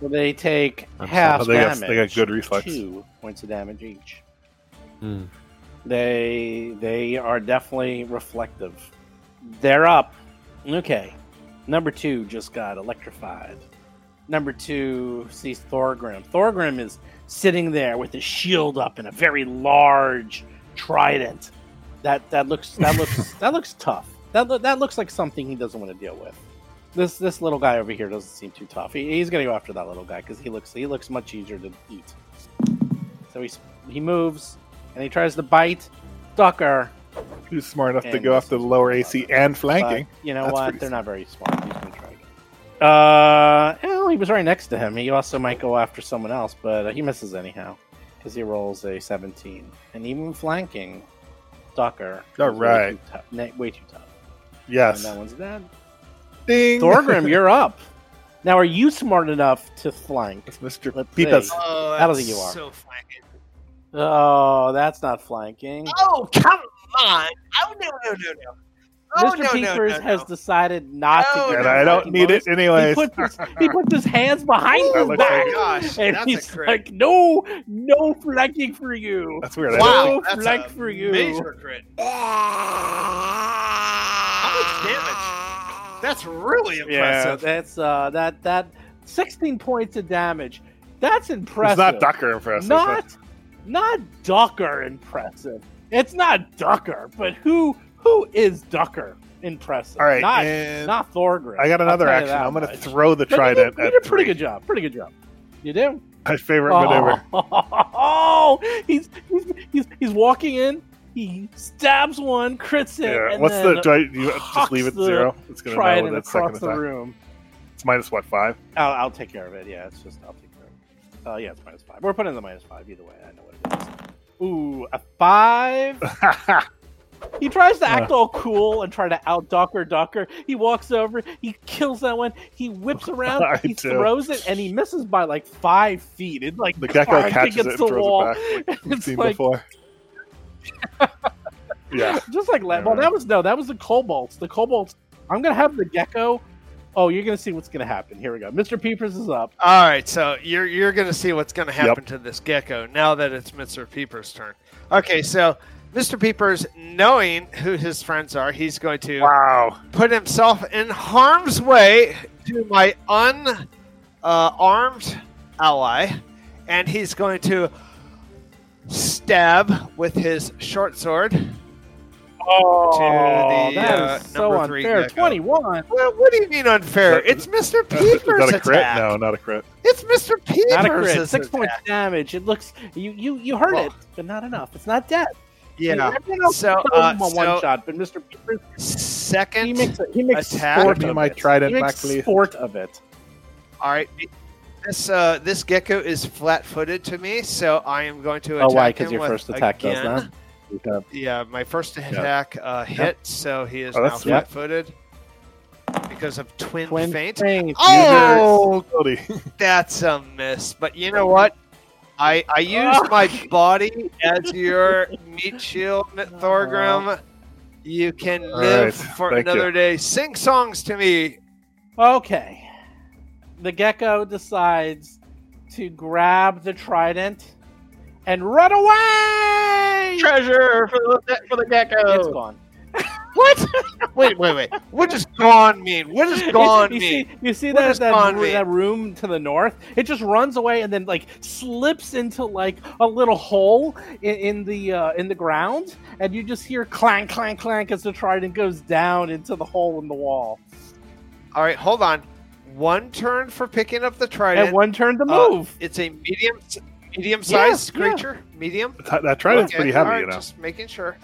Speaker 2: So they take
Speaker 4: I'm
Speaker 2: half
Speaker 3: sorry. They got-
Speaker 2: damage.
Speaker 3: they got good reflex.
Speaker 2: Two points of damage each.
Speaker 4: Hmm.
Speaker 2: They they are definitely reflective. They're up. Okay. Number two just got electrified. Number two sees Thorgrim. Thorgrim is sitting there with his shield up and a very large trident. That that looks that looks that looks tough. That loo- that looks like something he doesn't want to deal with. This this little guy over here doesn't seem too tough. He, he's gonna go after that little guy because he looks he looks much easier to eat. So he he moves and he tries to bite Ducker.
Speaker 3: Who's smart enough to
Speaker 2: And-
Speaker 3: go after the lower AC and flanking?
Speaker 2: but you know
Speaker 3: That's
Speaker 2: what?
Speaker 3: pretty
Speaker 2: They're not very smart. He's gonna try again. Uh, well, he was right next to him. He also might go after someone else, but uh, he misses anyhow because he rolls a 17. And even flanking, Ducker. is way
Speaker 3: All
Speaker 2: too
Speaker 3: right.
Speaker 2: tou- ne- Way too tough.
Speaker 3: Yes.
Speaker 2: And that one's dead.
Speaker 3: Ding. [LAUGHS]
Speaker 2: Thorgrim, you're up. Now, are you smart enough to flank?
Speaker 3: It's Mr.
Speaker 2: Let's
Speaker 3: Pitas.
Speaker 2: see.
Speaker 6: Oh,
Speaker 2: I don't think
Speaker 6: that's
Speaker 2: you are.
Speaker 6: So flanking.
Speaker 2: Oh, that's not flanking.
Speaker 6: Oh, come on. Oh, no, no, no, no. Oh,
Speaker 2: Mr.
Speaker 6: no, no,
Speaker 2: Peters
Speaker 6: no, Oh,
Speaker 2: has
Speaker 6: no.
Speaker 2: decided not
Speaker 6: No,
Speaker 2: to get
Speaker 3: And
Speaker 6: no,
Speaker 2: a
Speaker 3: I don't
Speaker 2: flanking
Speaker 3: need
Speaker 2: bonus.
Speaker 3: it anyways.
Speaker 2: He puts
Speaker 3: [LAUGHS]
Speaker 2: his, he puts his hands behind
Speaker 3: That
Speaker 2: his
Speaker 3: looks
Speaker 2: back.
Speaker 3: like-
Speaker 6: Oh, Gosh,
Speaker 2: and
Speaker 6: that's a
Speaker 2: he's
Speaker 6: crit.
Speaker 2: like, no, no flanking for you.
Speaker 3: That's weird. I
Speaker 2: Wow.
Speaker 3: don't-
Speaker 2: No
Speaker 6: that's
Speaker 2: flank
Speaker 6: a
Speaker 2: for you.
Speaker 6: Major [LAUGHS] crit. How much damage? That's really
Speaker 2: Yeah,
Speaker 6: impressive.
Speaker 2: that's uh, that that sixteen points of damage. That's
Speaker 3: It's
Speaker 2: impressive.
Speaker 3: not Docker impressive. but-
Speaker 2: Not, not Ducker impressive. It's not Ducker, but who who is Ducker impressive?
Speaker 3: All right.
Speaker 2: not,
Speaker 3: and
Speaker 2: not Thorgrim.
Speaker 3: I got
Speaker 2: I'll
Speaker 3: another
Speaker 2: tell you
Speaker 3: action.
Speaker 2: that
Speaker 3: I'm going to
Speaker 2: much.
Speaker 3: throw the
Speaker 2: But you
Speaker 3: trident
Speaker 2: did- You
Speaker 3: at
Speaker 2: did a pretty
Speaker 3: three.
Speaker 2: good job. Pretty good job. You do.
Speaker 3: My favorite maneuver.
Speaker 2: Oh, [LAUGHS] he's, he's he's he's walking in. He stabs one, crits it.
Speaker 3: Yeah.
Speaker 2: and
Speaker 3: What's
Speaker 2: then
Speaker 3: the? Do
Speaker 2: [LAUGHS]
Speaker 3: I you just
Speaker 2: hucks
Speaker 3: leave it
Speaker 2: the
Speaker 3: zero? It's going to know
Speaker 2: trident
Speaker 3: with its second
Speaker 2: across the
Speaker 3: attack.
Speaker 2: room.
Speaker 3: It's minus what five? [LAUGHS]
Speaker 2: I'll, I'll take care of it. Yeah, it's just I'll take care of it. Uh, yeah, it's minus five. We're putting in the minus five either way. I know what it is. Ooh, a five. He tries
Speaker 3: Uh.
Speaker 2: to act all cool and try to out Docker Docker. He walks over, he kills that one, he whips around,
Speaker 3: [LAUGHS] I
Speaker 2: he
Speaker 3: do.
Speaker 2: throws it, and he misses by like five feet. It like
Speaker 3: The gecko
Speaker 2: cracks
Speaker 3: catches it
Speaker 2: against the
Speaker 3: and throws it
Speaker 2: wall.
Speaker 3: back,
Speaker 2: [LAUGHS] It's
Speaker 3: Seen
Speaker 2: like-
Speaker 3: before. yeah.
Speaker 2: [LAUGHS] Just like la-
Speaker 3: Yeah.
Speaker 2: well, that was no, that was the kobolds. The kobolds. I'm gonna have the gecko. Oh, you're gonna see what's gonna happen. Here we go. Mr. Peepers is up.
Speaker 6: All right, so you're you're gonna see what's gonna happen to this gecko now that it's Mr. Peeper's turn. Okay, so Mr. Peepers, knowing who his friends are, he's going to
Speaker 3: Wow.
Speaker 6: put himself in harm's way to my unarmed uh, armed ally, and he's going to stab with his short sword.
Speaker 2: Oh, that
Speaker 6: the,
Speaker 2: is
Speaker 6: uh,
Speaker 2: so
Speaker 6: number three
Speaker 2: unfair.
Speaker 6: gecko.
Speaker 2: Twenty-one.
Speaker 6: Well, what do you mean unfair?
Speaker 3: That-
Speaker 6: it's
Speaker 3: [LAUGHS]
Speaker 6: Mr.
Speaker 3: Is that- is
Speaker 6: Peepers'
Speaker 3: that a crit?
Speaker 6: attack.
Speaker 3: No, not a crit.
Speaker 6: It's Mr. Peepers'
Speaker 2: Not a crit. Six
Speaker 6: attack.
Speaker 2: points damage. It looks you you you heard
Speaker 6: Well.
Speaker 2: it, but not enough. It's not dead.
Speaker 6: Yeah.
Speaker 2: Everyone else
Speaker 6: So,
Speaker 2: killed
Speaker 6: uh,
Speaker 2: him on
Speaker 6: so-
Speaker 2: one shot, but Mr. Peepers he
Speaker 6: Second
Speaker 2: makes a, he makes
Speaker 6: attack.
Speaker 2: sport
Speaker 3: Give me
Speaker 2: of
Speaker 3: my
Speaker 2: it.
Speaker 3: trident
Speaker 2: he
Speaker 3: back,
Speaker 2: makes
Speaker 3: please.
Speaker 2: sport of it.
Speaker 6: All right. This uh, this gecko is flat-footed to me, so I am going to attack
Speaker 2: Oh, why?
Speaker 6: Because
Speaker 2: Because your first attack
Speaker 6: again.
Speaker 2: does that.
Speaker 6: Yeah, my first attack uh, hit, so he is
Speaker 3: Oh,
Speaker 6: now
Speaker 3: that's-
Speaker 6: flat-footed because of twin,
Speaker 2: Twin
Speaker 6: feint.
Speaker 2: thing.
Speaker 6: Oh,
Speaker 3: [LAUGHS] Ability.
Speaker 6: that's a miss. But you know what? I I used my body as your meat shield, Thorgrim. You can
Speaker 3: All
Speaker 6: live
Speaker 3: right,
Speaker 6: for
Speaker 3: thank you.
Speaker 6: another day. Sing songs to me.
Speaker 2: Okay. The gecko decides to grab the trident and run away.
Speaker 9: Treasure for the, for the
Speaker 2: It's
Speaker 9: gecko.
Speaker 2: gone.
Speaker 6: What? [LAUGHS] wait, wait, wait. What does gone mean? What does gone
Speaker 2: [LAUGHS] you,
Speaker 6: mean?
Speaker 2: see, you see
Speaker 6: What
Speaker 2: that
Speaker 6: does
Speaker 2: that,
Speaker 6: gone
Speaker 2: ro-
Speaker 6: mean?
Speaker 2: that room to the north? It just runs away and then like slips into like a little hole in, in the uh, in the ground, and you just hear clank clank clank as the trident goes down into the hole in the wall.
Speaker 6: All right, hold on. One turn for picking up the trident.
Speaker 2: And one turn to
Speaker 6: Uh,
Speaker 2: move.
Speaker 6: It's a medium, medium sized
Speaker 2: Yeah, yeah.
Speaker 6: creature. Medium.
Speaker 3: That, that trident's
Speaker 6: Okay,
Speaker 3: pretty heavy,
Speaker 6: all right,
Speaker 3: you know.
Speaker 6: Just making sure.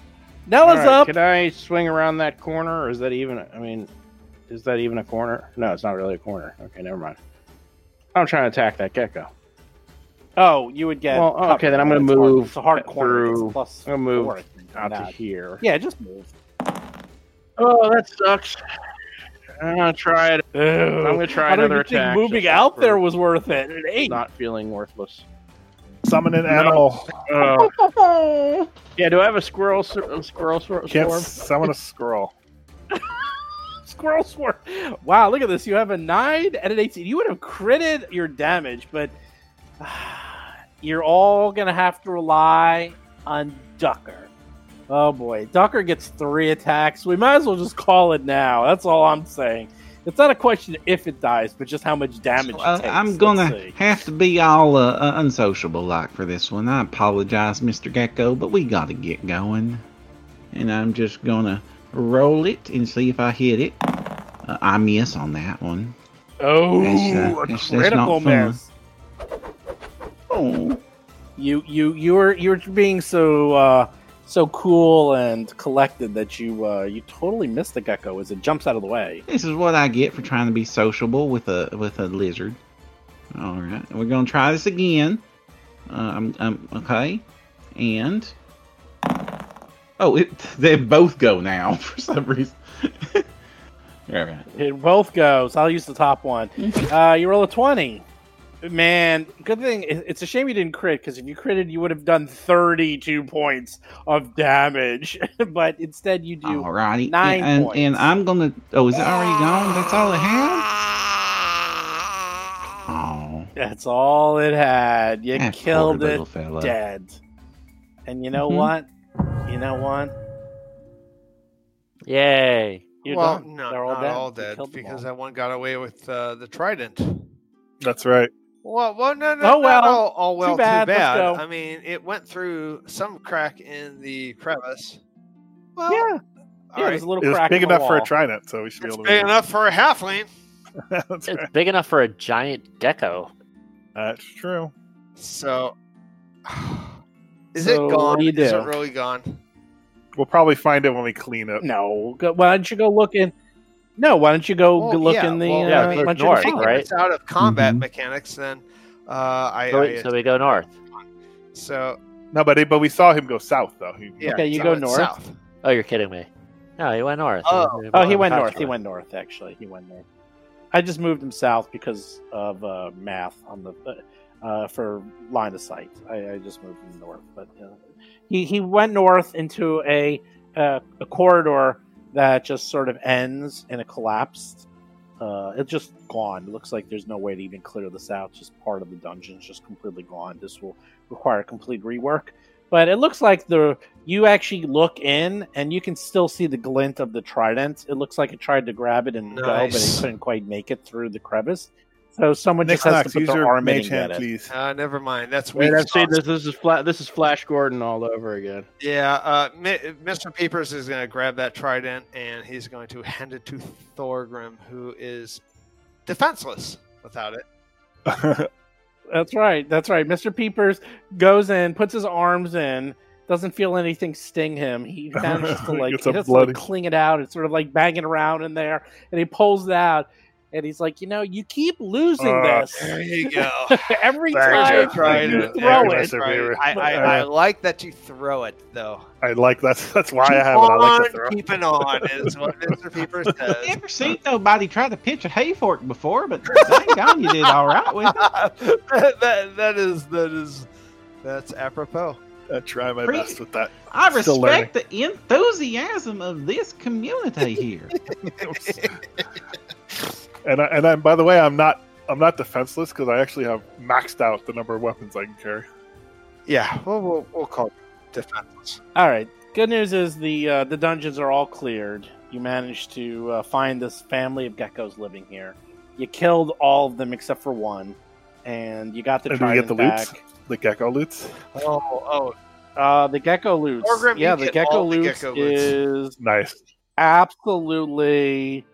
Speaker 2: Nella's
Speaker 9: Alright,
Speaker 2: up.
Speaker 9: Can I swing around that corner? Or is that even? I mean, is that even a corner? No, it's not really a corner. Okay, never mind. I'm trying to attack that gecko.
Speaker 2: Oh, you would get.
Speaker 9: Well, okay, then I'm gonna
Speaker 2: It's hard-
Speaker 9: move
Speaker 2: It's a hard corner.
Speaker 9: through-
Speaker 2: It's plus
Speaker 9: I'm gonna move
Speaker 2: four, I think, on
Speaker 9: Out to
Speaker 2: that.
Speaker 9: here.
Speaker 2: Yeah, just move.
Speaker 9: Oh, that sucks. I'm gonna try it. I'm gonna try
Speaker 2: I don't
Speaker 9: another
Speaker 2: even think
Speaker 9: attack.
Speaker 2: moving
Speaker 9: just
Speaker 2: out
Speaker 9: for
Speaker 2: there was worth it. An eight.
Speaker 9: not feeling worthless.
Speaker 3: Summon an animal. [LAUGHS]
Speaker 2: [LAUGHS]
Speaker 9: Uh, yeah, do I have a squirrel? s- A squirrel s-
Speaker 3: Can't
Speaker 9: swarm?
Speaker 3: summon a squirrel.
Speaker 2: [LAUGHS] Squirrel Sword. Wow, look at this. You have a 9 and an 18. You would have critted your damage, but [SIGHS] you're all going to have to rely on Ducker. Oh boy. Ducker gets three attacks. We might as well just call it now. That's all I'm saying. It's not a question if it dies, but just how much damage
Speaker 5: Uh,
Speaker 2: it takes.
Speaker 5: I'm
Speaker 2: Let's
Speaker 5: gonna
Speaker 2: see.
Speaker 5: have to be all uh, uh, unsociable like for this one. I apologize, Mr. Gecko, but we gotta get going. And I'm just gonna roll it and see if I hit it. Uh, I miss on that one.
Speaker 2: Oh,
Speaker 5: That's, uh,
Speaker 2: a
Speaker 5: that's- that's not
Speaker 2: critical
Speaker 5: fun.
Speaker 2: miss.
Speaker 5: Oh,
Speaker 2: you you you were you were being so uh so cool and collected that you uh you totally missed the gecko as it jumps out of the way
Speaker 5: this is what I get for trying to be sociable with a with a lizard. All right, we're gonna try this again. Uh, I'm, I'm okay, and oh, it [LAUGHS] they both go now [LAUGHS] for some reason. All right.
Speaker 2: it both goes i'll use the top one uh you roll a 20 man good thing it- it's a shame you didn't crit because if you critted you would have done 32 points of damage [LAUGHS] but instead you do
Speaker 5: Alrighty.
Speaker 2: nine
Speaker 5: Yeah, and,
Speaker 2: points.
Speaker 5: and I'm gonna. Oh, is it already gone? That's all it
Speaker 2: [LAUGHS]
Speaker 5: had. Oh,
Speaker 2: that's all it had you
Speaker 5: that poor
Speaker 2: killed it
Speaker 5: little fella.
Speaker 2: dead and you know
Speaker 5: Mhm.
Speaker 2: what you know what
Speaker 4: Yay!
Speaker 2: You're
Speaker 6: well,
Speaker 2: done.
Speaker 6: no,
Speaker 2: They're
Speaker 6: not
Speaker 2: dead.
Speaker 6: all
Speaker 2: You
Speaker 6: dead
Speaker 2: killed them
Speaker 6: because
Speaker 2: all.
Speaker 6: that one got away with uh, the trident.
Speaker 3: That's right.
Speaker 6: Well, well, no, no,
Speaker 2: Oh,
Speaker 6: no,
Speaker 2: well.
Speaker 6: no, all well, too
Speaker 2: bad.
Speaker 6: bad.
Speaker 2: Let's go.
Speaker 6: I mean, it went through some crack in the crevice. Well,
Speaker 2: yeah
Speaker 6: all
Speaker 2: Yeah,
Speaker 6: right.
Speaker 2: there's a little
Speaker 3: It was
Speaker 2: crack.
Speaker 3: big
Speaker 2: in the
Speaker 3: enough for a
Speaker 2: wall.
Speaker 3: trident, so we should
Speaker 6: It's
Speaker 3: be able to.
Speaker 6: big enough for a halfling.
Speaker 3: [LAUGHS] That's
Speaker 4: It's
Speaker 3: right.
Speaker 4: big enough for a giant gecko.
Speaker 3: That's true.
Speaker 6: So, [SIGHS] is
Speaker 2: So,
Speaker 6: it
Speaker 2: what
Speaker 6: gone?
Speaker 2: do you
Speaker 6: Is
Speaker 2: do?
Speaker 6: it really gone?
Speaker 3: We'll probably find it when we clean up.
Speaker 2: No, go, why don't you go look in? No, why don't you go
Speaker 6: Well,
Speaker 2: g- look
Speaker 6: yeah,
Speaker 2: in the?
Speaker 6: well,
Speaker 2: uh,
Speaker 6: yeah,
Speaker 2: why
Speaker 6: look
Speaker 2: don't you go
Speaker 4: north,
Speaker 2: find it?
Speaker 6: Taking
Speaker 4: right?
Speaker 6: us out of combat
Speaker 2: Mm-hmm.
Speaker 5: Mhm.
Speaker 6: mechanics, then uh, I,
Speaker 4: So,
Speaker 6: I-
Speaker 4: we- so we go north.
Speaker 6: so
Speaker 3: No, but but we saw him go south though. He,
Speaker 6: yeah.
Speaker 2: Okay, you
Speaker 6: so
Speaker 2: go
Speaker 6: it's
Speaker 2: north.
Speaker 6: South.
Speaker 4: Oh, you're kidding me. No, he went north.
Speaker 6: Oh.
Speaker 2: Oh, he went north. He went north. Actually, he went north. I just moved him south because of uh, math on the uh, for line of sight. I, I just moved him north, but uh, he he went north into a uh, a corridor that just sort of ends in a collapsed. Uh, it's just gone. It looks like there's no way to even clear this out. It's Just part of the dungeon's just completely gone. This will require complete rework. But it looks like the you actually look in and you can still see the glint of the trident. It looks like it tried to grab it and go, but it
Speaker 6: Nice.
Speaker 2: couldn't quite make it through the crevice. So someone
Speaker 3: Nick
Speaker 2: just has
Speaker 3: Knox,
Speaker 2: to put
Speaker 3: use
Speaker 2: their
Speaker 3: your
Speaker 2: arm in
Speaker 3: mage
Speaker 2: and get
Speaker 3: hand,
Speaker 2: it.
Speaker 3: please.
Speaker 6: Uh, never mind. That's
Speaker 9: Wait,
Speaker 6: weak.
Speaker 9: I've seen
Speaker 6: sauce.
Speaker 9: this. This is fla- This is Flash Gordon all over again.
Speaker 6: Yeah, uh, Mi- Mr. Peepers is going to grab that trident and he's going to hand it to Thorgrim, who is defenseless without it.
Speaker 2: That's right. That's right. Mr. Peepers goes in, puts his arms in, doesn't feel anything sting him.
Speaker 3: [LAUGHS]
Speaker 2: He manages to like,
Speaker 3: Gets
Speaker 2: he
Speaker 3: a
Speaker 2: has to, like
Speaker 3: bloody-
Speaker 2: cling it out. It's sort of like banging around in there, and he pulls it out, and he's like, you know, you keep losing
Speaker 3: Oh,
Speaker 2: this [LAUGHS]
Speaker 6: There
Speaker 3: [LAUGHS]
Speaker 6: you go.
Speaker 2: every
Speaker 3: Thank
Speaker 2: time.
Speaker 3: you.
Speaker 6: There's your trident.
Speaker 3: you.
Speaker 6: There's
Speaker 2: Throw
Speaker 6: your
Speaker 2: it.
Speaker 6: trident. I, I, I like that you throw it, though.
Speaker 3: [LAUGHS] I like that's that's why I
Speaker 6: Keep
Speaker 3: have it. I like
Speaker 6: on
Speaker 3: to throw.
Speaker 6: Keeping on is what Mr.
Speaker 3: [LAUGHS]
Speaker 6: Peepers
Speaker 5: I've
Speaker 6: says. [LAUGHS]
Speaker 5: Never seen nobody try to pitch a hay fork before, but thank God you did all right with it.
Speaker 6: that, that- that is that is that's apropos.
Speaker 3: I try my
Speaker 5: Pre-
Speaker 3: best with that.
Speaker 5: I
Speaker 3: Still learning.
Speaker 5: respect the enthusiasm of this community here.
Speaker 3: [LAUGHS] And I, and I'm by the way, I'm not I'm not defenseless because I actually have maxed out the number of weapons I can carry.
Speaker 6: Yeah, we'll, we'll, we'll call it defenseless.
Speaker 2: All right. Good news is the uh, the dungeons are all cleared. You managed to uh, find this family of geckos living here. You killed all of them except for one, and you got the
Speaker 3: And do we
Speaker 2: trident
Speaker 3: get the
Speaker 2: back.
Speaker 3: loots? The gecko loots,
Speaker 6: Oh, oh,
Speaker 2: Uh, the gecko loots.
Speaker 6: Orgrim,
Speaker 2: yeah,
Speaker 6: you
Speaker 2: the
Speaker 6: get
Speaker 2: gecko
Speaker 6: all the
Speaker 2: loots
Speaker 6: gecko loots.
Speaker 2: is
Speaker 3: nice.
Speaker 2: absolutely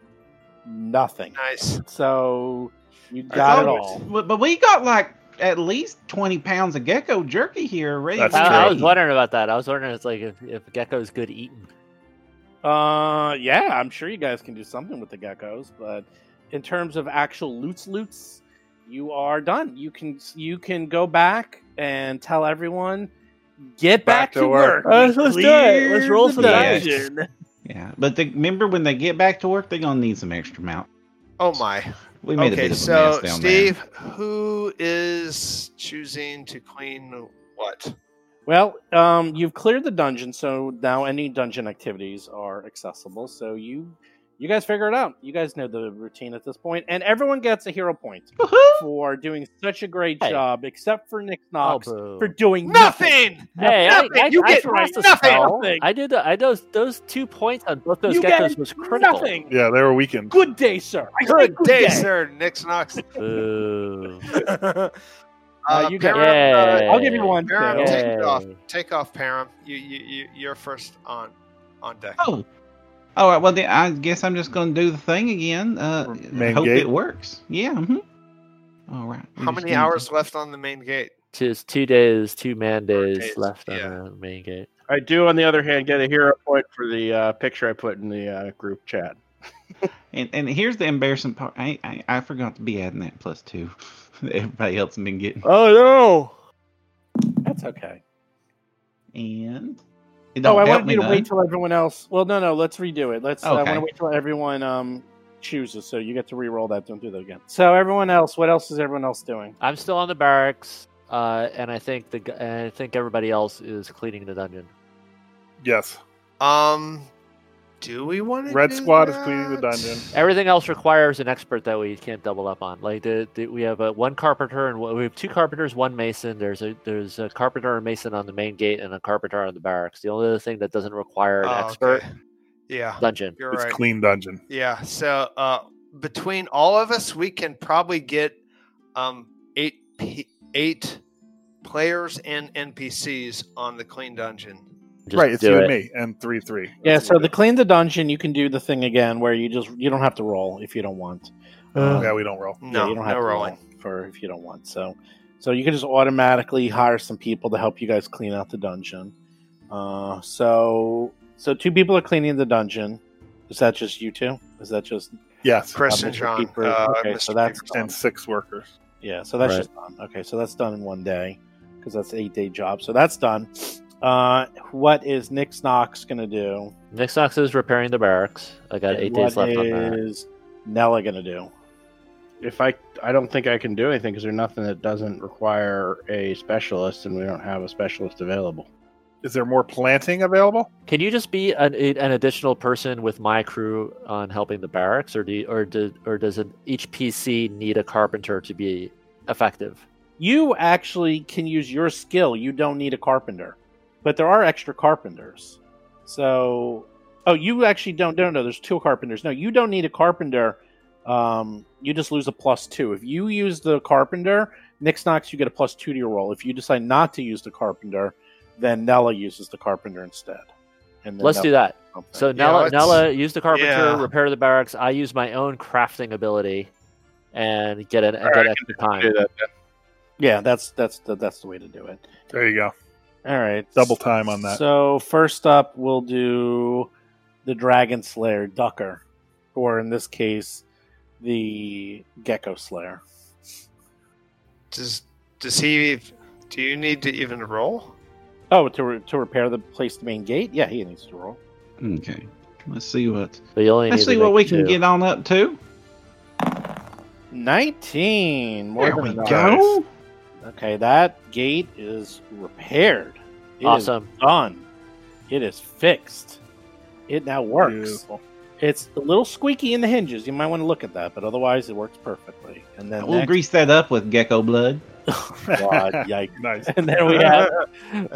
Speaker 2: nothing.
Speaker 6: nice.
Speaker 2: So you got it
Speaker 5: Oh,
Speaker 2: all.
Speaker 5: But, but we got like at least twenty pounds of gecko jerky here. Ready
Speaker 3: That's
Speaker 5: to
Speaker 3: true.
Speaker 4: I, I was
Speaker 5: eat.
Speaker 4: wondering about that. I was wondering it's like if, if gecko's good eating.
Speaker 2: Uh, yeah, I'm sure you guys can do something with the geckos, but in terms of actual loots, loots, you are done. You can you can go back and tell everyone get back, to, work.
Speaker 4: Let's- let's do it. Let's
Speaker 2: Clear
Speaker 4: roll
Speaker 2: the
Speaker 4: for
Speaker 5: that.
Speaker 2: dungeon.
Speaker 5: Yeah, but they, remember when they get back to work, they're gonna need some extra mount.
Speaker 6: Oh my.
Speaker 5: We made a
Speaker 6: okay,
Speaker 5: bit of a
Speaker 6: so
Speaker 5: mess down there.
Speaker 6: Steve, who is choosing to clean what?
Speaker 2: Well, um, you've cleared the dungeon, so now any dungeon activities are accessible. So you You guys figure it out. You guys know the routine at this point, and everyone gets a hero point for doing such a great
Speaker 4: Hey.
Speaker 2: job, except for Nick
Speaker 4: Oh,
Speaker 2: Knox
Speaker 4: boo.
Speaker 2: for doing nothing.
Speaker 6: Nothing.
Speaker 4: Hey, I,
Speaker 2: Nothing.
Speaker 4: I,
Speaker 2: You
Speaker 4: I
Speaker 2: get
Speaker 4: crossed the
Speaker 2: nothing.
Speaker 4: spell.
Speaker 2: Nothing.
Speaker 4: I did. The, I those those two points on both those
Speaker 2: You
Speaker 4: geckos
Speaker 2: get
Speaker 4: was critical.
Speaker 2: nothing.
Speaker 3: Yeah, they were weakened.
Speaker 2: Good day, sir. I say
Speaker 6: Good day,
Speaker 2: day.
Speaker 6: sir. Nick Knox.
Speaker 4: Boo.
Speaker 6: uh,
Speaker 2: you got-
Speaker 6: Param,
Speaker 2: I'll give you one.
Speaker 6: uh, Param,
Speaker 2: too.
Speaker 4: Yeah.
Speaker 6: take off. Take off, Param. You, you, you, you're first on, on deck.
Speaker 5: Oh. All right. Well, then I guess I'm just going to do the thing again. Uh,
Speaker 3: Main
Speaker 5: hope
Speaker 3: gate?
Speaker 5: it works. Yeah. mhm. All right. we
Speaker 6: How
Speaker 5: just
Speaker 6: many
Speaker 5: need to-
Speaker 6: hours left on the main gate?
Speaker 4: Just two days, two man days,
Speaker 6: days,
Speaker 4: left
Speaker 6: yeah.
Speaker 4: on the main gate.
Speaker 9: I do, on the other hand, get a hero point for the uh, picture I put in the uh, group chat.
Speaker 5: And, and here's the embarrassing part. I, I I forgot to be adding that plus two. [LAUGHS] that Everybody else has been getting.
Speaker 9: Oh no!
Speaker 2: That's okay.
Speaker 5: And
Speaker 2: Oh,
Speaker 5: it don't
Speaker 2: I
Speaker 5: help
Speaker 2: wanted
Speaker 5: me
Speaker 2: you to
Speaker 5: none.
Speaker 2: wait till everyone else. Well, no, no. Let's redo it. Let's. I want
Speaker 5: Okay.
Speaker 2: to wait till everyone um chooses. So you get to re-roll that. Don't do that again. So everyone else. What else is everyone else doing?
Speaker 4: I'm still on the barracks, uh, and I think the gu- and I think everybody else is cleaning the dungeon.
Speaker 3: Yes.
Speaker 6: Um, do we want to?
Speaker 3: Red
Speaker 6: do
Speaker 3: Squad is
Speaker 6: that?
Speaker 3: cleaning the dungeon.
Speaker 4: Everything else requires an expert that we can't double up on. Like the, the we have uh one carpenter and one- we have two carpenters, one mason. There's a there's a carpenter and mason on the main gate and a carpenter on the barracks. The only other thing that doesn't require an
Speaker 6: Oh,
Speaker 4: expert
Speaker 6: okay. Yeah,
Speaker 4: dungeon.
Speaker 6: you're
Speaker 3: It's
Speaker 6: right.
Speaker 3: clean dungeon.
Speaker 6: Yeah. So uh, between all of us, we can probably get um, eight p- eight players and NPCs on the clean dungeon.
Speaker 4: Just
Speaker 3: right, it's
Speaker 4: do
Speaker 3: you
Speaker 4: it.
Speaker 3: and me and three three.
Speaker 2: Yeah. So the clean the dungeon. You can do the thing again where you just you don't have to roll if you don't want. Um,
Speaker 3: Yeah, we don't roll.
Speaker 2: Yeah,
Speaker 6: No,
Speaker 2: you don't have
Speaker 6: no
Speaker 2: to
Speaker 6: rolling.
Speaker 2: roll for if you don't want. So, so you can just automatically hire some people to help you guys clean out the dungeon. Uh, so, so two people are cleaning the dungeon. Is that just you two? Is that just
Speaker 3: Yes.
Speaker 6: Chris
Speaker 2: Uh,
Speaker 6: and
Speaker 2: Mr.
Speaker 6: John.
Speaker 2: Peeper-
Speaker 6: Uh,
Speaker 2: okay,
Speaker 6: Mr.
Speaker 2: so that's
Speaker 6: Peeper.
Speaker 2: done.
Speaker 3: And six workers.
Speaker 2: Yeah, so that's
Speaker 4: Right.
Speaker 2: just done. Okay, so that's done in one day because that's an eight day job. So that's done. Uh, what is Nick Knox gonna do?
Speaker 4: Nick Sox is repairing the barracks. I got
Speaker 2: And
Speaker 4: eight days
Speaker 2: what
Speaker 4: left on that.
Speaker 2: is Nella gonna do?
Speaker 9: If I, I don't think I can do anything because there's nothing that doesn't require a specialist, and we don't have a specialist available.
Speaker 3: Is there more planting available?
Speaker 4: Can you just be an, a- an additional person with my crew on helping the barracks, or do you, or do, or does an, each PC need a carpenter to be effective?
Speaker 2: You actually can use your skill. You don't need a carpenter, but there are extra carpenters. So, oh, you actually don't. No, no, there's two carpenters. No, you don't need a carpenter. Um, you just lose a plus two if you use the carpenter. Nick Knox, you get a plus two to your roll. If you decide not to use the carpenter, then Nella uses the carpenter instead. And then
Speaker 4: Let's do that. So Nella,
Speaker 6: let's-
Speaker 4: Nella, use the carpenter,
Speaker 6: yeah.
Speaker 4: repair the barracks. I use my own crafting ability, and get an and
Speaker 9: All
Speaker 4: get
Speaker 9: right, I
Speaker 4: extra
Speaker 9: Do
Speaker 4: time.
Speaker 9: that. then.
Speaker 2: yeah, that's that's the, that's the way to do it.
Speaker 3: There you go.
Speaker 2: All right,
Speaker 3: Double time on that.
Speaker 2: So first up, we'll do the Dragon Slayer Ducker, or in this case, the Gecko Slayer.
Speaker 6: Does does he? Do you need to even roll?
Speaker 2: Oh, to re- to repair the place, the main gate. Yeah, he needs to roll.
Speaker 5: Okay. Let's see what.
Speaker 4: But you only
Speaker 5: Let's
Speaker 4: need
Speaker 5: see
Speaker 4: to
Speaker 5: what
Speaker 4: make
Speaker 5: we can
Speaker 4: two.
Speaker 5: get on up to.
Speaker 2: Nineteen. More
Speaker 5: There
Speaker 2: than
Speaker 5: we
Speaker 2: enough.
Speaker 5: go.
Speaker 2: Okay, that gate is repaired. It is
Speaker 4: Awesome.
Speaker 2: done. It is fixed. It now works.
Speaker 3: Beautiful.
Speaker 2: It's a little squeaky in the hinges. You might want to look at that, but otherwise, it works perfectly. And then
Speaker 5: We'll
Speaker 2: next-
Speaker 5: grease that up with gecko blood.
Speaker 2: God, yikes.
Speaker 3: [LAUGHS] Nice.
Speaker 2: [LAUGHS] and then we have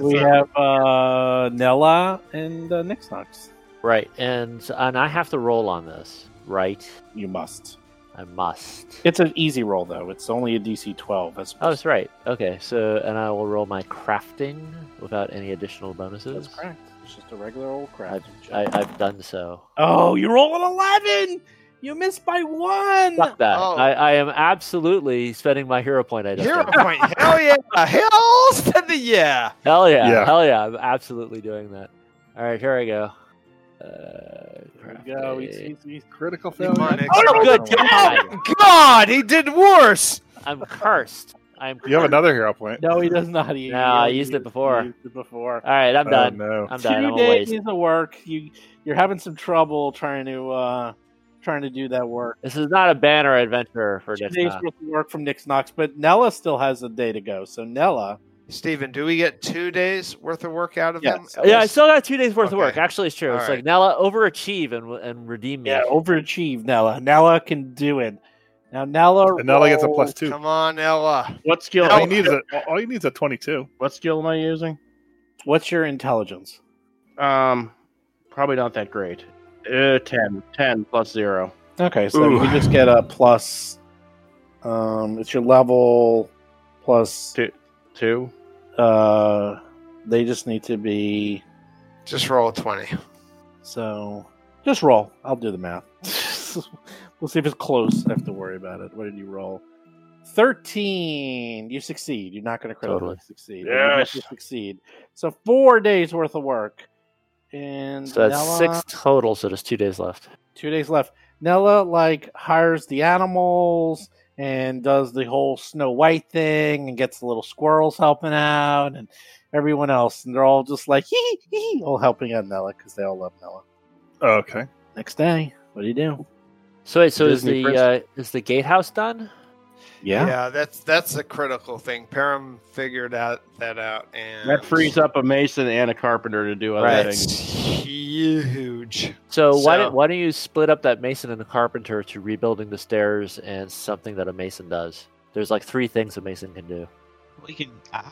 Speaker 2: we have uh, Nella and uh, Nixnox.
Speaker 4: right? And and I have to roll on this, right?
Speaker 2: You must.
Speaker 4: I must.
Speaker 2: It's an easy roll though. It's only a DC twelve. That's
Speaker 4: Oh, that's right. Okay, so and I will roll my crafting without any additional bonuses.
Speaker 2: that's correct. It's just a regular old crab.
Speaker 4: I've, I, I've done so.
Speaker 2: oh, you roll an eleven. You missed by one.
Speaker 4: Fuck that.
Speaker 6: Oh.
Speaker 4: I, I am absolutely spending my hero point. I just
Speaker 6: Hero
Speaker 4: did.
Speaker 6: point. Hell yeah! Hell to the yeah!
Speaker 4: Hell yeah.
Speaker 3: Yeah.
Speaker 4: Hell yeah. I'm absolutely doing that. All right, here I go. Uh,
Speaker 2: There we go. He's-
Speaker 4: crafting.
Speaker 2: he's- he's-
Speaker 3: [LAUGHS] Critical
Speaker 6: Come on,
Speaker 3: failure.
Speaker 6: Nick.
Speaker 4: Oh, good
Speaker 6: Oh
Speaker 4: God.
Speaker 6: my God! He did worse.
Speaker 4: I'm cursed. I'm cursed.
Speaker 3: You have another hero point.
Speaker 2: no, he does not. He,
Speaker 4: No, I
Speaker 2: he-
Speaker 4: used it
Speaker 2: he
Speaker 4: before.
Speaker 2: Used it before.
Speaker 4: All right, I'm done.
Speaker 3: Oh, no.
Speaker 4: I'm
Speaker 2: Two
Speaker 4: done. I'm a
Speaker 2: days
Speaker 4: waste.
Speaker 2: of work. You you're having some trouble trying to uh, trying to do that work.
Speaker 4: This is not a banner adventure for
Speaker 2: two
Speaker 4: Nick.
Speaker 2: days
Speaker 4: Knox.
Speaker 2: worth of work from Nick Knox, but Nella still has a day to go. So Nella,
Speaker 6: Steven, do we get two days worth of work out of them?
Speaker 2: Yes.
Speaker 6: at
Speaker 4: Yeah, I
Speaker 6: least?
Speaker 4: still got two days worth of work.
Speaker 6: Okay.
Speaker 4: Actually, it's true. it's
Speaker 6: Alright.
Speaker 4: like Nella overachieve and and redeem me.
Speaker 2: Yeah, overachieve Nella. Nella can do it. Now Nella.
Speaker 3: And Nella gets a
Speaker 2: rolled-
Speaker 3: plus two.
Speaker 6: Come on, Ella.
Speaker 9: What skill?
Speaker 3: [LAUGHS] All you need is a, all you need is a twenty-two.
Speaker 9: What skill am I using?
Speaker 2: What's your intelligence?
Speaker 9: Um, probably not that great. Uh, 10. 10 plus zero.
Speaker 2: Okay, so
Speaker 1: Ooh.
Speaker 2: you just get a plus. Um, it's your level plus.
Speaker 9: Two. Two.
Speaker 2: Uh, they just need to be
Speaker 6: Just roll a twenty.
Speaker 2: so. Just roll. I'll do the math. [LAUGHS] we'll see if it's close. I have to worry about it. What did you roll? Thirteen. You succeed. You're not going to critically
Speaker 4: Totally.
Speaker 2: succeed. but you must
Speaker 9: Yes.
Speaker 2: succeed. So four days worth of work. And
Speaker 4: So that's
Speaker 2: Nella-
Speaker 4: six total. So there's two days left.
Speaker 2: two days left. Nella like hires the animals and does the whole Snow White thing and gets the little squirrels helping out and everyone else, and they're all just like hee hee hee, hee, all helping out Nella because they all love Nella.
Speaker 3: Oh, Okay.
Speaker 2: Next day, what do you do?
Speaker 4: So wait, so
Speaker 9: Disney
Speaker 4: is the uh,
Speaker 9: princess.
Speaker 4: is the gatehouse done?
Speaker 2: Yeah,
Speaker 6: that's that's a critical thing. Param figured out that out, and
Speaker 9: That frees up a mason and a carpenter to do other
Speaker 4: Right.
Speaker 9: things.
Speaker 6: That's huge.
Speaker 4: So, why
Speaker 6: So-
Speaker 4: don't why don't you split up that mason and the carpenter to rebuilding the stairs and something that a mason does? There's like three things a mason can do.
Speaker 5: We can. I'm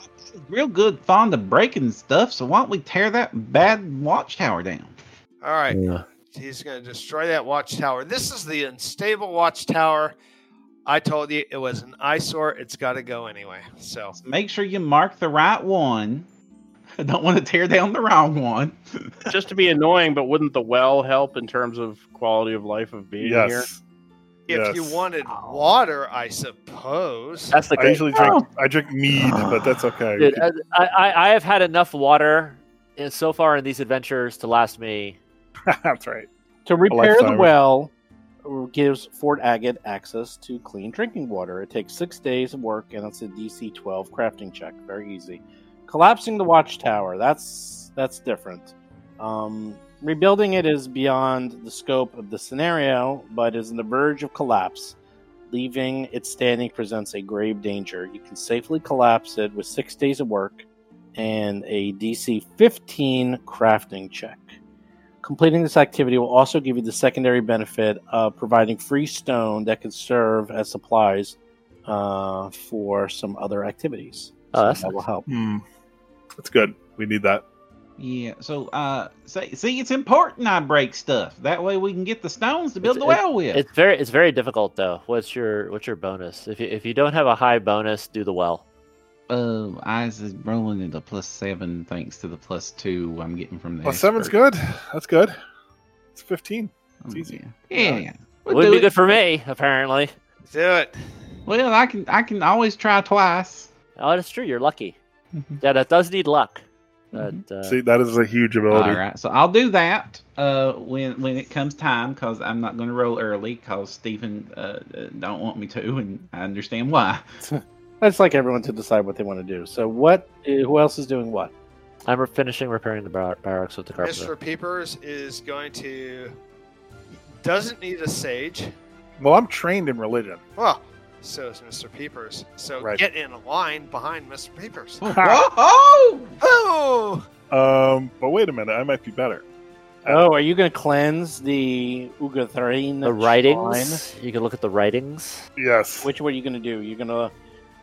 Speaker 5: real good fond of breaking stuff, so why don't we tear that bad watchtower down?
Speaker 6: All right,
Speaker 4: Yeah.
Speaker 6: he's going to destroy that watchtower. This is the unstable watchtower. I told you it was an eyesore. It's got to go anyway. So
Speaker 5: Make sure you mark the right one. [LAUGHS] I don't want to tear down the wrong one.
Speaker 9: Just to be annoying, but wouldn't the well help in terms of quality of life of being here?
Speaker 3: Yes.
Speaker 6: if you
Speaker 3: Yes.
Speaker 6: wanted water, I suppose.
Speaker 4: That's the
Speaker 3: I usually drink I drink mead, but that's okay.
Speaker 4: Dude, I, I I have had enough water in- so far in these adventures to last me.
Speaker 3: [LAUGHS] that's right.
Speaker 2: to repair the
Speaker 3: lifetime.
Speaker 2: well uh, gives Fort Agate access to clean drinking water. It takes six days of work, and it's a DC 12 crafting check. Very easy. Collapsing the watchtower. That's that's different. Um, rebuilding it is beyond the scope of the scenario, but is on the verge of collapse. Leaving it standing presents a grave danger. You can safely collapse it with six days of work and a DC 15 crafting check. Completing this activity will also give you the secondary benefit of providing free stone that can serve as supplies uh, for some other activities.
Speaker 4: Oh, that's
Speaker 2: that will help.
Speaker 3: Hmm. That's good. We need that.
Speaker 5: Yeah. So, uh, say, see, it's important I break stuff. That way we can get the stones to build
Speaker 4: It's-
Speaker 5: the well with.
Speaker 4: It's very it's very difficult though. What's your what's your bonus? If you if you don't have a high bonus, do the well.
Speaker 5: Oh, I is rolling at a plus seven thanks to the plus two I'm getting from the
Speaker 3: Well, seven's
Speaker 5: expert.
Speaker 3: good. That's good. It's fifteen. It's
Speaker 5: Oh,
Speaker 3: easy.
Speaker 5: Yeah, yeah. yeah. We'll
Speaker 4: Wouldn't
Speaker 5: do
Speaker 4: be
Speaker 5: it.
Speaker 4: good for me apparently.
Speaker 6: Do it.
Speaker 5: Well, I can I can always try twice.
Speaker 4: Oh, that's true. You're lucky.
Speaker 5: Mhm.
Speaker 4: Yeah, that does need luck. But
Speaker 5: Mhm.
Speaker 4: uh,
Speaker 3: See, that is a huge ability.
Speaker 4: E.
Speaker 5: All right, so I'll do that uh, when when it comes time because I'm not going to roll early because Stephen uh, uh, don't want me to, and I understand
Speaker 3: [LAUGHS]
Speaker 5: why.
Speaker 2: That's like everyone to decide what they want to do. So, what? eh, Who else is doing what?
Speaker 4: I'm re- finishing repairing the bar- barracks with the carpenter.
Speaker 6: Mr. Peepers is going to doesn't need a sage.
Speaker 3: Well, I'm trained in religion.
Speaker 6: Well, so is Mr. Peepers. So
Speaker 3: Right.
Speaker 6: get in line behind Mr. Peepers.
Speaker 2: Oh.
Speaker 5: Whoa!
Speaker 6: [LAUGHS] Oh,
Speaker 3: Um, but wait a minute, I might be better.
Speaker 2: Oh, are you going to cleanse the Ugatharin?
Speaker 4: The writings. You can look at the writings.
Speaker 3: Yes.
Speaker 2: Which one are you going to do? You're going to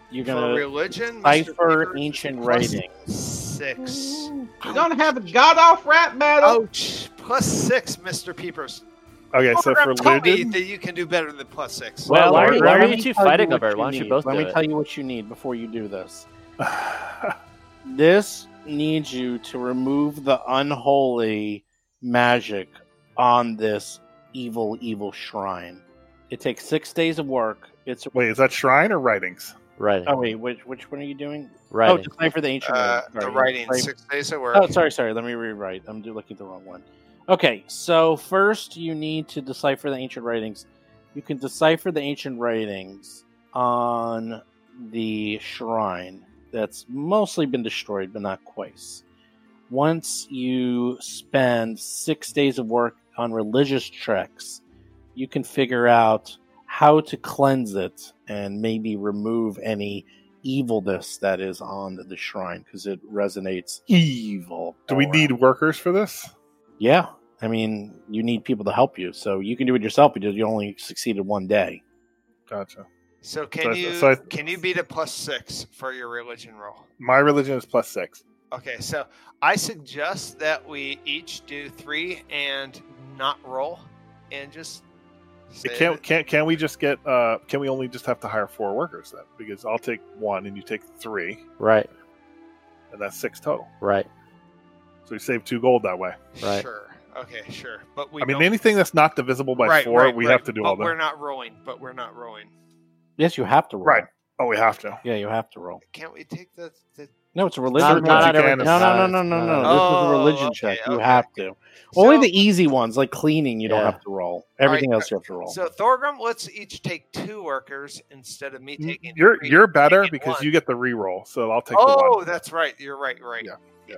Speaker 2: you're
Speaker 6: for
Speaker 2: going to
Speaker 6: religion, Mr.
Speaker 2: cipher
Speaker 6: Peepers is
Speaker 2: ancient
Speaker 6: plus
Speaker 2: writing.
Speaker 6: Six.
Speaker 5: We're gonna have a god off rap battle.
Speaker 6: Ouch! Plus six, Mr. Peepers.
Speaker 3: Okay, so for
Speaker 6: Program told me
Speaker 3: religion, [SIGHS]
Speaker 6: that you can do better than plus six.
Speaker 4: Well, why
Speaker 2: let
Speaker 4: are
Speaker 2: me-
Speaker 4: you- why
Speaker 2: let
Speaker 4: are
Speaker 2: me
Speaker 4: you two
Speaker 2: tell
Speaker 4: fighting
Speaker 2: what
Speaker 4: over it? Why don't you
Speaker 2: need.
Speaker 4: both
Speaker 2: Let
Speaker 4: do
Speaker 2: me
Speaker 4: it?
Speaker 2: tell you what you need before you do this.
Speaker 3: I
Speaker 2: This needs you to remove the unholy magic on this evil, evil shrine. It takes six days of work. It's
Speaker 3: wait, is that shrine or writings?
Speaker 4: Writing.
Speaker 2: oh wait, which which one are you doing? Oh,
Speaker 4: writing.
Speaker 2: to cipher the ancient.
Speaker 6: Uh,
Speaker 2: writing.
Speaker 6: the
Speaker 2: Sorry.
Speaker 6: writing
Speaker 2: Cipher-
Speaker 6: six days at work.
Speaker 2: Oh, sorry, sorry. Let me rewrite. I'm do- looking at the wrong one. Okay, so first you need to decipher the ancient writings. You can decipher the ancient writings on the shrine that's mostly been destroyed, but not quite. Once you spend six days of work on religious treks, you can figure out how to cleanse it and maybe remove any evilness that is on the shrine because it resonates evil.
Speaker 3: Do we
Speaker 2: all
Speaker 3: need
Speaker 2: around.
Speaker 3: workers for this?
Speaker 2: Yeah, I mean, you need people to help you, so you can do it yourself because you only succeeded one day.
Speaker 3: Gotcha.
Speaker 6: So can
Speaker 3: So I-
Speaker 6: you
Speaker 3: so I-
Speaker 6: can you beat a plus six for your religion roll?
Speaker 3: My religion is plus six.
Speaker 6: Okay, so I suggest that we each do three and not roll, and just. say
Speaker 3: It can
Speaker 6: that-
Speaker 3: can can we just get uh can we only just have to hire four workers then? Because I'll take one and you take three,
Speaker 4: Right,
Speaker 3: and that's six total.
Speaker 4: right.
Speaker 3: So we save two gold that way.
Speaker 4: Right.
Speaker 6: Sure. Okay. Sure. But we.
Speaker 3: I mean
Speaker 6: don't-
Speaker 3: anything that's not divisible by
Speaker 6: right,
Speaker 3: four,
Speaker 6: right,
Speaker 3: we
Speaker 6: right,
Speaker 3: have to do
Speaker 6: but
Speaker 3: all
Speaker 6: We're
Speaker 3: that.
Speaker 6: not rolling. But we're not rolling.
Speaker 2: Yes, you have to roll.
Speaker 3: Right. [LAUGHS] Oh we have to.
Speaker 2: Yeah, you have to roll.
Speaker 6: Can't we take the? the...
Speaker 2: No, it's a religion.
Speaker 4: Not, not
Speaker 3: Certainly you
Speaker 4: on every,
Speaker 3: can
Speaker 4: no,
Speaker 3: if-
Speaker 4: no, no, no,
Speaker 2: no, no, no.
Speaker 4: no.
Speaker 2: this is a
Speaker 6: Oh,
Speaker 2: religion
Speaker 6: okay,
Speaker 2: check. You
Speaker 6: okay.
Speaker 2: have to. Only the easy ones, like cleaning, you don't
Speaker 4: Yeah.
Speaker 2: have to roll. Everything
Speaker 6: Alright,
Speaker 2: else you have to roll.
Speaker 6: So Thorgrim, let's each take two workers instead of me taking.
Speaker 3: Mm, You're
Speaker 6: three.
Speaker 3: you're better
Speaker 6: taking
Speaker 3: because
Speaker 6: one.
Speaker 3: you get the re-roll, so I'll take the
Speaker 6: Oh,
Speaker 3: one.
Speaker 6: that's right. You're right. Right.
Speaker 3: Yeah.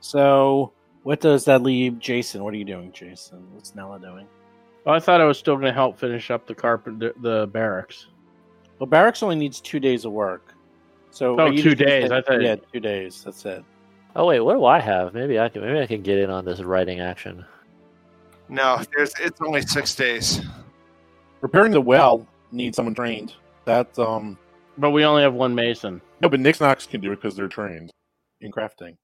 Speaker 2: So, what does that leave Jason? What are you doing, Jason? What's Nella doing?
Speaker 9: Well, Oh, I thought I was still going to help finish up the carpet, the, the barracks.
Speaker 2: Well, barracks only needs two days of work. So,
Speaker 9: Oh,
Speaker 2: are you
Speaker 9: two
Speaker 2: just gonna
Speaker 9: days,
Speaker 2: say-
Speaker 9: I thought-
Speaker 2: yeah, two days. That's it.
Speaker 4: Oh wait, what do I have? Maybe I can. Maybe I can get in on this writing action.
Speaker 6: No, there's. It's only six days.
Speaker 7: Repairing the well needs someone trained. That's um
Speaker 9: But we only have one mason.
Speaker 7: no, but Nix Knox can do it because they're trained in crafting.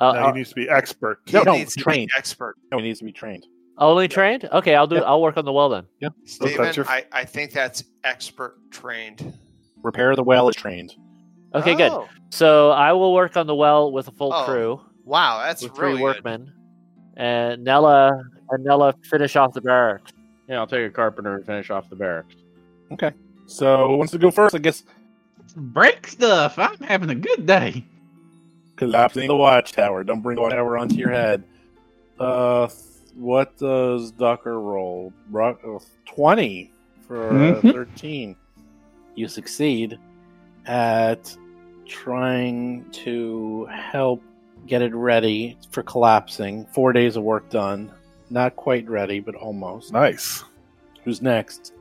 Speaker 4: Uh,
Speaker 3: Now
Speaker 4: uh,
Speaker 3: he needs to be expert.
Speaker 6: He
Speaker 7: No, no,
Speaker 6: needs to be
Speaker 7: trained.
Speaker 6: expert.
Speaker 7: No, he needs to be trained.
Speaker 4: only trained? Okay, I'll do. I'll work on the well then.
Speaker 3: that's
Speaker 6: Steven,
Speaker 3: your-
Speaker 6: I, I think that's expert trained.
Speaker 7: Repair the well is trained.
Speaker 4: Okay, good.
Speaker 6: Oh,
Speaker 4: So I will work on the well with a full
Speaker 6: Oh,
Speaker 4: crew,
Speaker 6: Wow, that's
Speaker 4: with three
Speaker 6: really good.
Speaker 4: workmen, and Nella and Nella finish off the barracks.
Speaker 9: Yeah, I'll take a carpenter and finish off the barracks.
Speaker 7: So who wants to go first? I guess
Speaker 3: Oh.
Speaker 5: Break stuff. I'm having a good day.
Speaker 7: collapsing the watchtower. Don't bring the watchtower onto your head. Uh, what does Docker roll? Rock, uh, Twenty for uh,
Speaker 5: Mhm.
Speaker 7: thirteen.
Speaker 2: You succeed at trying to help get it ready for collapsing. Four days of work done. Not quite ready, but almost.
Speaker 3: Nice.
Speaker 2: Who's next?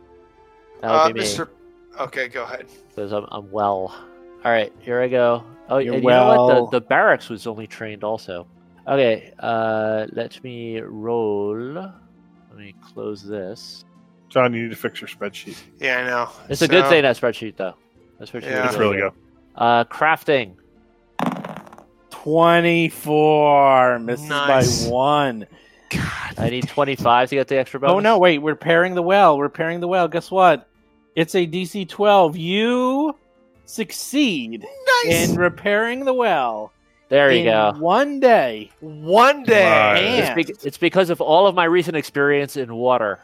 Speaker 4: That would
Speaker 6: Uh,
Speaker 4: be me
Speaker 6: Mr. Okay, go ahead.
Speaker 4: because I'm, I'm well. All right, here I go. Oh,
Speaker 2: You're
Speaker 4: and you know
Speaker 2: well.
Speaker 4: what? The, the barracks was only trained also. Okay, uh, let me roll. Let me close this.
Speaker 3: John, you need to fix your spreadsheet.
Speaker 6: Yeah, I know.
Speaker 4: It's a good
Speaker 6: So,
Speaker 4: thing that spreadsheet though. That spreadsheet
Speaker 6: Yeah.
Speaker 4: is
Speaker 3: It's really
Speaker 4: good.
Speaker 3: good.
Speaker 4: Uh, crafting.
Speaker 2: 24 misses
Speaker 6: Nice.
Speaker 2: by one.
Speaker 4: I need 25 to get the extra
Speaker 2: [LAUGHS]
Speaker 4: bonus.
Speaker 2: Oh no, wait, we're repairing the well. We're repairing the well. Guess what? It's a DC 12. You succeed
Speaker 6: Nice.
Speaker 2: in repairing the well.
Speaker 4: There you
Speaker 2: in
Speaker 4: go.
Speaker 2: One day.
Speaker 6: One day.
Speaker 3: Nice.
Speaker 4: It's,
Speaker 2: And,
Speaker 4: bec- it's because of all of my recent experience in water.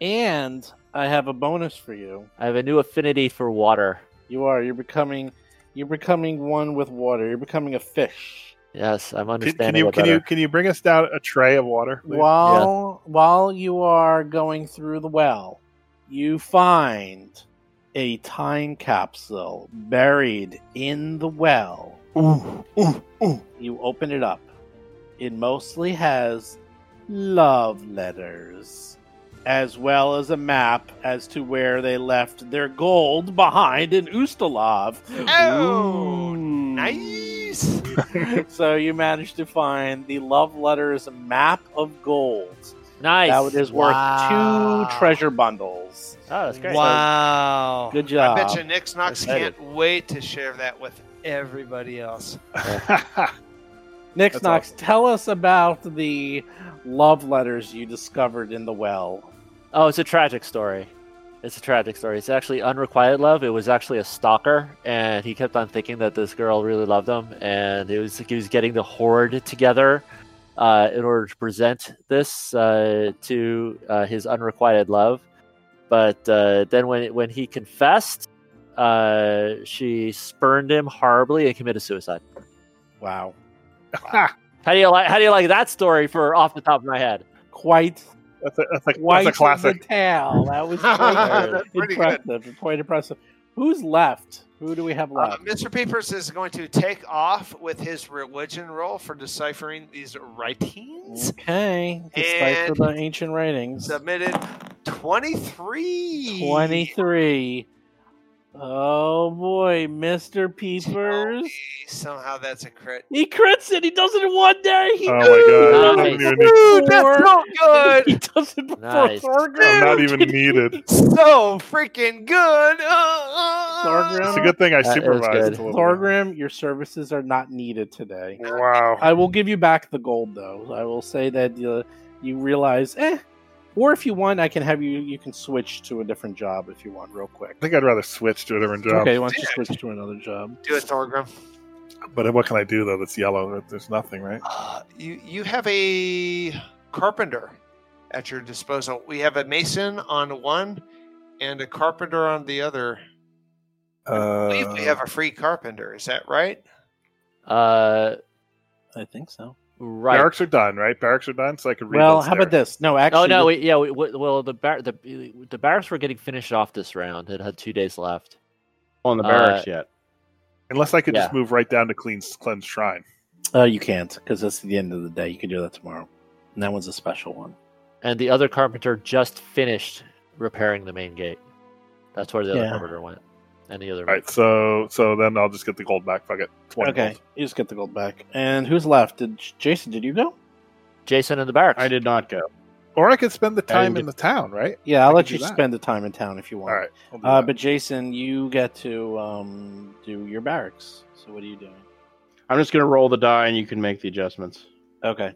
Speaker 2: and I have a bonus for you.
Speaker 4: I have a new affinity for water.
Speaker 2: You are you're becoming you're becoming one with water. You're becoming a fish.
Speaker 4: Yes, I'm
Speaker 3: Can,
Speaker 4: understanding
Speaker 3: can you
Speaker 4: it
Speaker 3: can
Speaker 4: better.
Speaker 3: you can you bring us down a tray of water? please? [LAUGHS]
Speaker 2: While while you are going through the well, you find a time capsule buried in the well.
Speaker 6: Ooh, ooh, ooh.
Speaker 2: You open it up. It mostly has love letters, as well as a map as to where they left their gold behind in
Speaker 6: [LAUGHS]
Speaker 2: Ustalav.
Speaker 6: Oh,
Speaker 2: Ooh.
Speaker 6: Nice.
Speaker 2: so you managed to find the love letters map of gold.
Speaker 4: nice.
Speaker 2: That is worth
Speaker 6: Wow.
Speaker 2: two treasure bundles.
Speaker 4: oh, that's great.
Speaker 6: Wow.
Speaker 2: Good
Speaker 6: I
Speaker 2: job.
Speaker 6: bet you Nix Knox
Speaker 4: Excited.
Speaker 6: can't wait to share that with everybody else.
Speaker 2: Nix
Speaker 3: That's
Speaker 2: Knox,
Speaker 3: awesome.
Speaker 2: tell us about the love letters you discovered in the well.
Speaker 4: Oh, it's a tragic story. It's a tragic story. It's actually unrequited love. It was actually a stalker, and he kept on thinking that this girl really loved him, and it was like he was getting the horde together uh, in order to present this uh, to uh, his unrequited love. But uh, then when when he confessed, uh, she spurned him horribly and committed suicide.
Speaker 2: Wow.
Speaker 4: How do you like? How do you like that story? For off the top of my head,
Speaker 2: Quite
Speaker 3: that's a, that's a,
Speaker 2: quite
Speaker 3: that's a classic.
Speaker 2: the tale. That
Speaker 6: [LAUGHS]
Speaker 2: was
Speaker 6: That's
Speaker 2: quite
Speaker 6: pretty good.
Speaker 2: impressive. Quite impressive. Who's left? Who do we have
Speaker 6: Uh,
Speaker 2: left?
Speaker 6: Mr. Peepers is going to take off with his religion role for deciphering these writings.
Speaker 2: okay. Despite for
Speaker 6: And-
Speaker 2: the ancient writings.
Speaker 6: Submitted 23.
Speaker 2: 23. Oh boy, Mr. Peepers.
Speaker 6: Somehow that's a crit.
Speaker 2: He crits it. He does it in one day. He
Speaker 3: Oh
Speaker 2: does
Speaker 3: my
Speaker 2: it
Speaker 3: god, that
Speaker 4: Nice.
Speaker 3: wasn't even,
Speaker 2: before-
Speaker 6: good.
Speaker 2: He does it before
Speaker 4: Nice.
Speaker 2: Thorgrim.
Speaker 4: [LAUGHS]
Speaker 3: not even needed.
Speaker 6: so freaking good. Uh, uh,
Speaker 2: Thorgrim.
Speaker 3: It's a good thing I
Speaker 4: That is
Speaker 3: supervised.
Speaker 4: good.
Speaker 3: it a little bit.
Speaker 2: Thorgrim, your services are not needed today.
Speaker 3: Wow.
Speaker 2: I will give you back the gold, though. I will say that uh, you realize, eh. Or if you want, I can have you. You can switch to a different job if you want, real quick.
Speaker 3: I think I'd rather switch to a different job.
Speaker 2: Okay, why don't you switch to another job?
Speaker 6: Do it, Thorgrim.
Speaker 3: But what can I do though? That's yellow. There's nothing, right?
Speaker 6: Uh, you you have a carpenter at your disposal. We have a mason on one and a carpenter on the other. I believe
Speaker 3: Uh,
Speaker 6: we have a free carpenter. Is that right?
Speaker 4: Uh,
Speaker 2: I think so.
Speaker 4: right.
Speaker 3: Barracks are done, right? Barracks are done, so I could. rebuild
Speaker 2: Well, how about
Speaker 3: stairs.
Speaker 2: this? No, actually,
Speaker 4: oh no, we, yeah. We, we- well, the bar- the the barracks were getting finished off this round. It had two days left.
Speaker 9: On the
Speaker 4: Uh,
Speaker 9: barracks yet.
Speaker 3: Unless I could just
Speaker 4: Yeah.
Speaker 3: move right down to clean cleanse shrine.
Speaker 2: Uh, you can't because that's the end of the day. You can do that tomorrow. And that one's a special one.
Speaker 4: and the other carpenter just finished repairing the main gate. That's where the
Speaker 2: Yeah.
Speaker 4: other carpenter went, and the other.
Speaker 3: All right, so so then I'll just get the gold back. Fuck it. 20
Speaker 2: Okay,
Speaker 3: gold.
Speaker 2: you just get the gold back. And who's left? Did Jason? Did you go?
Speaker 4: Jason in the barracks.
Speaker 9: I did not go.
Speaker 3: Or I could spend the time
Speaker 9: And-
Speaker 3: in the town, right?
Speaker 2: Yeah, I'll
Speaker 3: I
Speaker 2: let
Speaker 3: can
Speaker 2: you
Speaker 3: do that.
Speaker 2: spend the time in town if you want.
Speaker 3: All right. I'll do
Speaker 2: Uh,
Speaker 3: that.
Speaker 2: but Jason, you get to um, do your barracks. So what are you doing?
Speaker 9: I'm just gonna roll the die, and you can make the adjustments.
Speaker 2: Okay.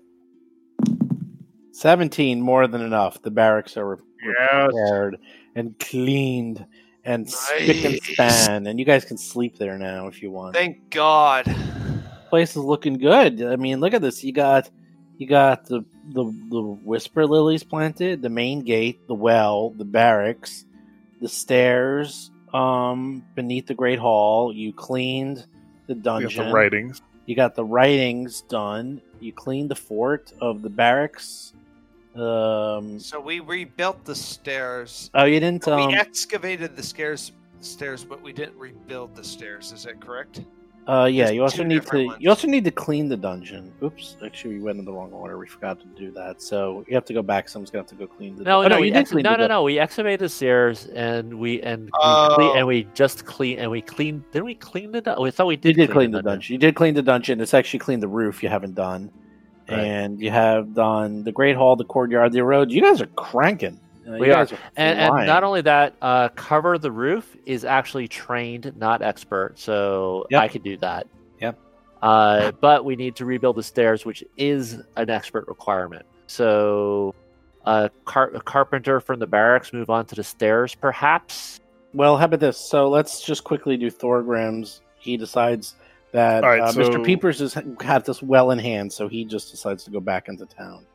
Speaker 2: Seventeen, more than enough. The barracks are re-
Speaker 9: Yes.
Speaker 2: repaired and cleaned and spick and
Speaker 6: Nice.
Speaker 2: span, and you guys can sleep there now if you want.
Speaker 6: Thank God.
Speaker 2: place is looking good. I mean, look at this. You got you got the the, the whisper lilies planted, the main gate, the well, the barracks, the stairs um beneath the great hall. You cleaned the
Speaker 3: I got
Speaker 2: dungeon.
Speaker 3: some writings.
Speaker 2: You got the writings done. You cleaned the fort of the barracks. Um
Speaker 6: So we rebuilt the stairs.
Speaker 2: Oh, you didn't um,
Speaker 6: we excavated the stairs, stairs, but we didn't rebuild the stairs. Is that correct?
Speaker 2: Uh, yeah.
Speaker 6: There's
Speaker 2: You also
Speaker 6: two
Speaker 2: need to.
Speaker 6: different ones.
Speaker 2: You also need to clean the dungeon. Oops. Actually, we went in the wrong order. We forgot to do that. So you have to go back. Someone's gonna have to go clean the.
Speaker 4: No,
Speaker 2: dun-
Speaker 4: no,
Speaker 2: oh,
Speaker 4: we
Speaker 2: you did
Speaker 4: ex-
Speaker 2: clean the
Speaker 4: no, no,
Speaker 2: dun-
Speaker 4: no. We excavated the stairs, and we and we
Speaker 6: Oh.
Speaker 4: cle- and we just clean and we cleaned. Didn't we clean the? dun- We thought we
Speaker 2: You
Speaker 4: did.
Speaker 2: did clean the dungeon. You did clean the dungeon. It's actually cleaned the roof. You haven't done,
Speaker 4: Right.
Speaker 2: and you have done the great hall, the courtyard, the road. You guys are cranking. Uh,
Speaker 4: We
Speaker 2: you
Speaker 4: are.
Speaker 2: guys are
Speaker 4: And, and
Speaker 2: flying.
Speaker 4: not only that, uh, cover the roof is actually trained, not expert, so
Speaker 2: Yep.
Speaker 4: I could do that.
Speaker 2: Yep.
Speaker 4: Uh, but we need to rebuild the stairs, which is an expert requirement. So, uh, car- a carpenter from the barracks move on to the stairs, perhaps.
Speaker 2: Well, how about this? So let's just quickly do Thorgrim's. He decides that
Speaker 3: All right,
Speaker 2: uh,
Speaker 3: so-
Speaker 2: Mr. Peepers has had this well in hand, so he just decides to go back into town.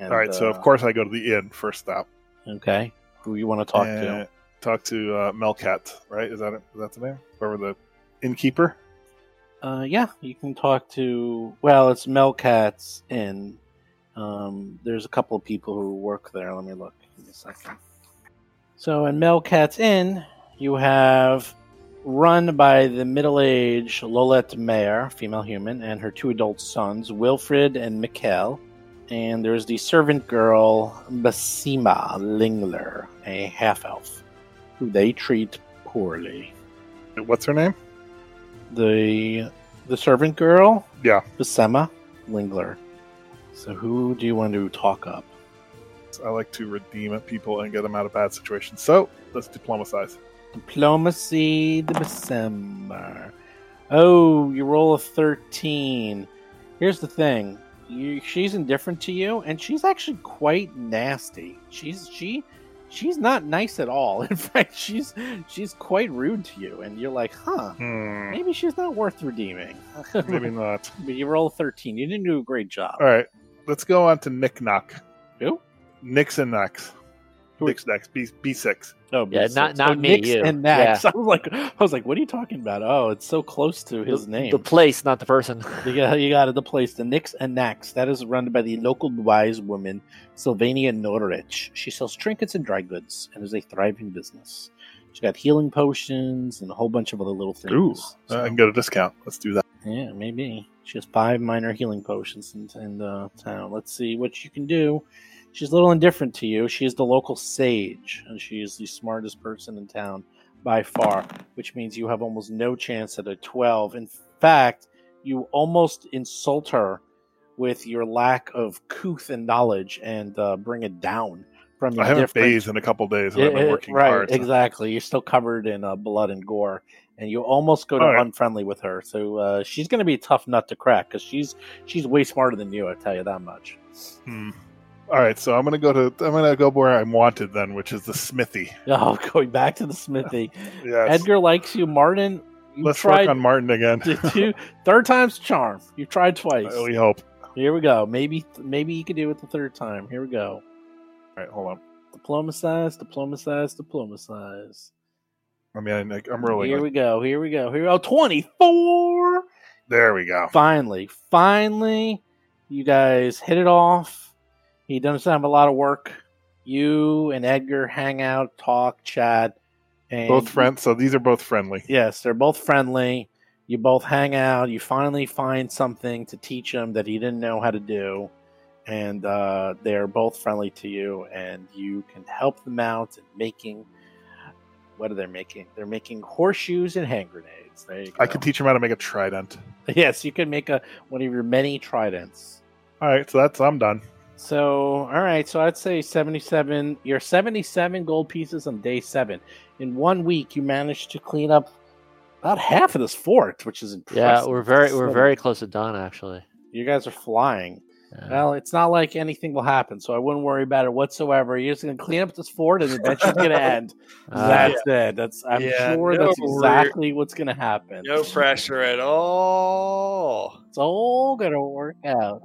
Speaker 2: And,
Speaker 3: All right, so of
Speaker 2: uh,
Speaker 3: course I go to the inn first stop.
Speaker 2: okay, who you want to talk to?
Speaker 3: Uh, Talk to uh, Melcat, right? Is that it? Is that the name? Whoever the innkeeper.
Speaker 2: Uh, yeah, you can talk to. Well, it's Melcat's Inn. Um, there's a couple of people who work there. Let me look. Give me a second. So in Melcat's Inn, you have run by the middle-aged Lolette Mayer, female human, and her two adult sons, Wilfred and Mikkel. And there's the servant girl Basima Lingler, a half elf, who they treat poorly
Speaker 3: What's her name?
Speaker 2: the the servant girl.
Speaker 3: Yeah.
Speaker 2: Basema Lingler. So who do you want to talk up?
Speaker 3: I like to redeem at people and get them out of bad situations. So let's diplomatize.
Speaker 2: Diplomacy the Besema. Oh, you roll a thirteen. Here's the thing. You, she's indifferent to you, and she's actually quite nasty. She's she she's not nice at all. [LAUGHS] In fact, she's she's quite rude to you, and you're like, huh,
Speaker 3: Hmm,
Speaker 2: maybe she's not worth redeeming. [LAUGHS]
Speaker 3: maybe not.
Speaker 2: But you roll a thirteen. You didn't do a great job.
Speaker 3: All right, let's go on to Nick Knock.
Speaker 2: Who?
Speaker 3: Nix and Knox.
Speaker 2: Who-
Speaker 3: Nix Knox. B B six.
Speaker 2: Oh,
Speaker 4: Yeah,
Speaker 2: B6.
Speaker 4: not-
Speaker 2: So
Speaker 4: not me,
Speaker 2: Nick's
Speaker 4: you.
Speaker 2: And Nax. [LAUGHS] I was like, I was like, what are you talking about? Oh, it's so close to his
Speaker 4: the,
Speaker 2: name.
Speaker 4: The place, not the person.
Speaker 2: you, got, you got it. The place, the Nix and Nax, that is run by the local wise woman Sylvania Norich. She sells trinkets and dry goods and is a thriving business. She got healing potions and a whole bunch of other little things.
Speaker 3: Ooh,
Speaker 2: So,
Speaker 3: Uh, I can get a discount. Let's do that.
Speaker 2: yeah, maybe she has five minor healing potions in, in the town. Let's see what you can do. She's a little indifferent to you. She is the local sage, and she is the smartest person in town. by far, which means you have almost no chance at a 12. In fact, you almost insult her with your lack of couth and knowledge and uh, bring it down from your
Speaker 3: I haven't
Speaker 2: different-
Speaker 3: bathed in a couple days, and I've
Speaker 2: Yeah,
Speaker 3: been
Speaker 2: yeah,
Speaker 3: working
Speaker 2: right,
Speaker 3: hard. so-
Speaker 2: exactly. You're still covered in uh, blood and gore, and you almost go to
Speaker 3: All right.
Speaker 2: unfriendly with her. So uh, she's going to be a tough nut to crack because she's she's way smarter than you. I tell you that much. [LAUGHS]
Speaker 3: Hmm. All right, so I'm gonna go to I'm gonna go where I'm wanted then, which is the smithy.
Speaker 2: Oh, going back to the smithy,
Speaker 3: [LAUGHS] Yes.
Speaker 2: Edgar likes you, Martin. You
Speaker 3: Let's
Speaker 2: tried [LAUGHS]
Speaker 3: work on Martin again. [LAUGHS]
Speaker 2: did you- third time's the charm. You tried twice.
Speaker 3: we hope.
Speaker 2: Here we go. Maybe maybe you could do it the third time. Here we go.
Speaker 3: All right, hold on.
Speaker 2: Diplomacize, diplomacize, diplomacize.
Speaker 3: I mean, I, I'm rolling.
Speaker 2: Here
Speaker 3: like-
Speaker 2: we go. Here we go. Oh, Here we go. 24.
Speaker 3: there we go.
Speaker 2: Finally, finally, you guys hit it off. He doesn't have a lot of work. You and Edgar hang out, talk, chat. And
Speaker 3: Both friends. So these are both friendly.
Speaker 2: Yes, they're both friendly. You both hang out. You finally find something to teach him that he didn't know how to do. And uh, they're both friendly to you, and you can help them out in making what are they making? They're making horseshoes and hand grenades. There you go.
Speaker 3: I can teach him how to make a trident.
Speaker 2: [LAUGHS] Yes, you can make a one of your many tridents.
Speaker 3: All right, so that's I'm done.
Speaker 2: So, all right. So I'd say 77. You're 77 gold pieces on day seven. In one week, you managed to clean up about half of this fort, which is impressive.
Speaker 4: Yeah, we're very we're
Speaker 2: So,
Speaker 4: very close to done actually.
Speaker 2: You guys are flying.
Speaker 4: Yeah.
Speaker 2: Well, it's not like anything will happen, so I wouldn't worry about it whatsoever. You're just gonna clean up this fort, and the adventure's
Speaker 4: [LAUGHS]
Speaker 2: gonna end.
Speaker 4: Uh,
Speaker 2: that's it. That's I'm
Speaker 6: Yeah,
Speaker 2: sure
Speaker 6: no
Speaker 2: that's
Speaker 6: worry.
Speaker 2: exactly what's gonna happen.
Speaker 6: No pressure at all.
Speaker 2: It's all gonna work out.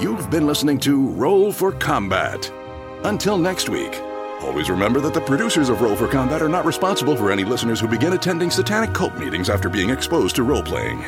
Speaker 1: You've been listening to Roll for Combat. Until next week, always remember that the producers of Roll for Combat are not responsible for any listeners who begin attending satanic cult meetings after being exposed to role playing.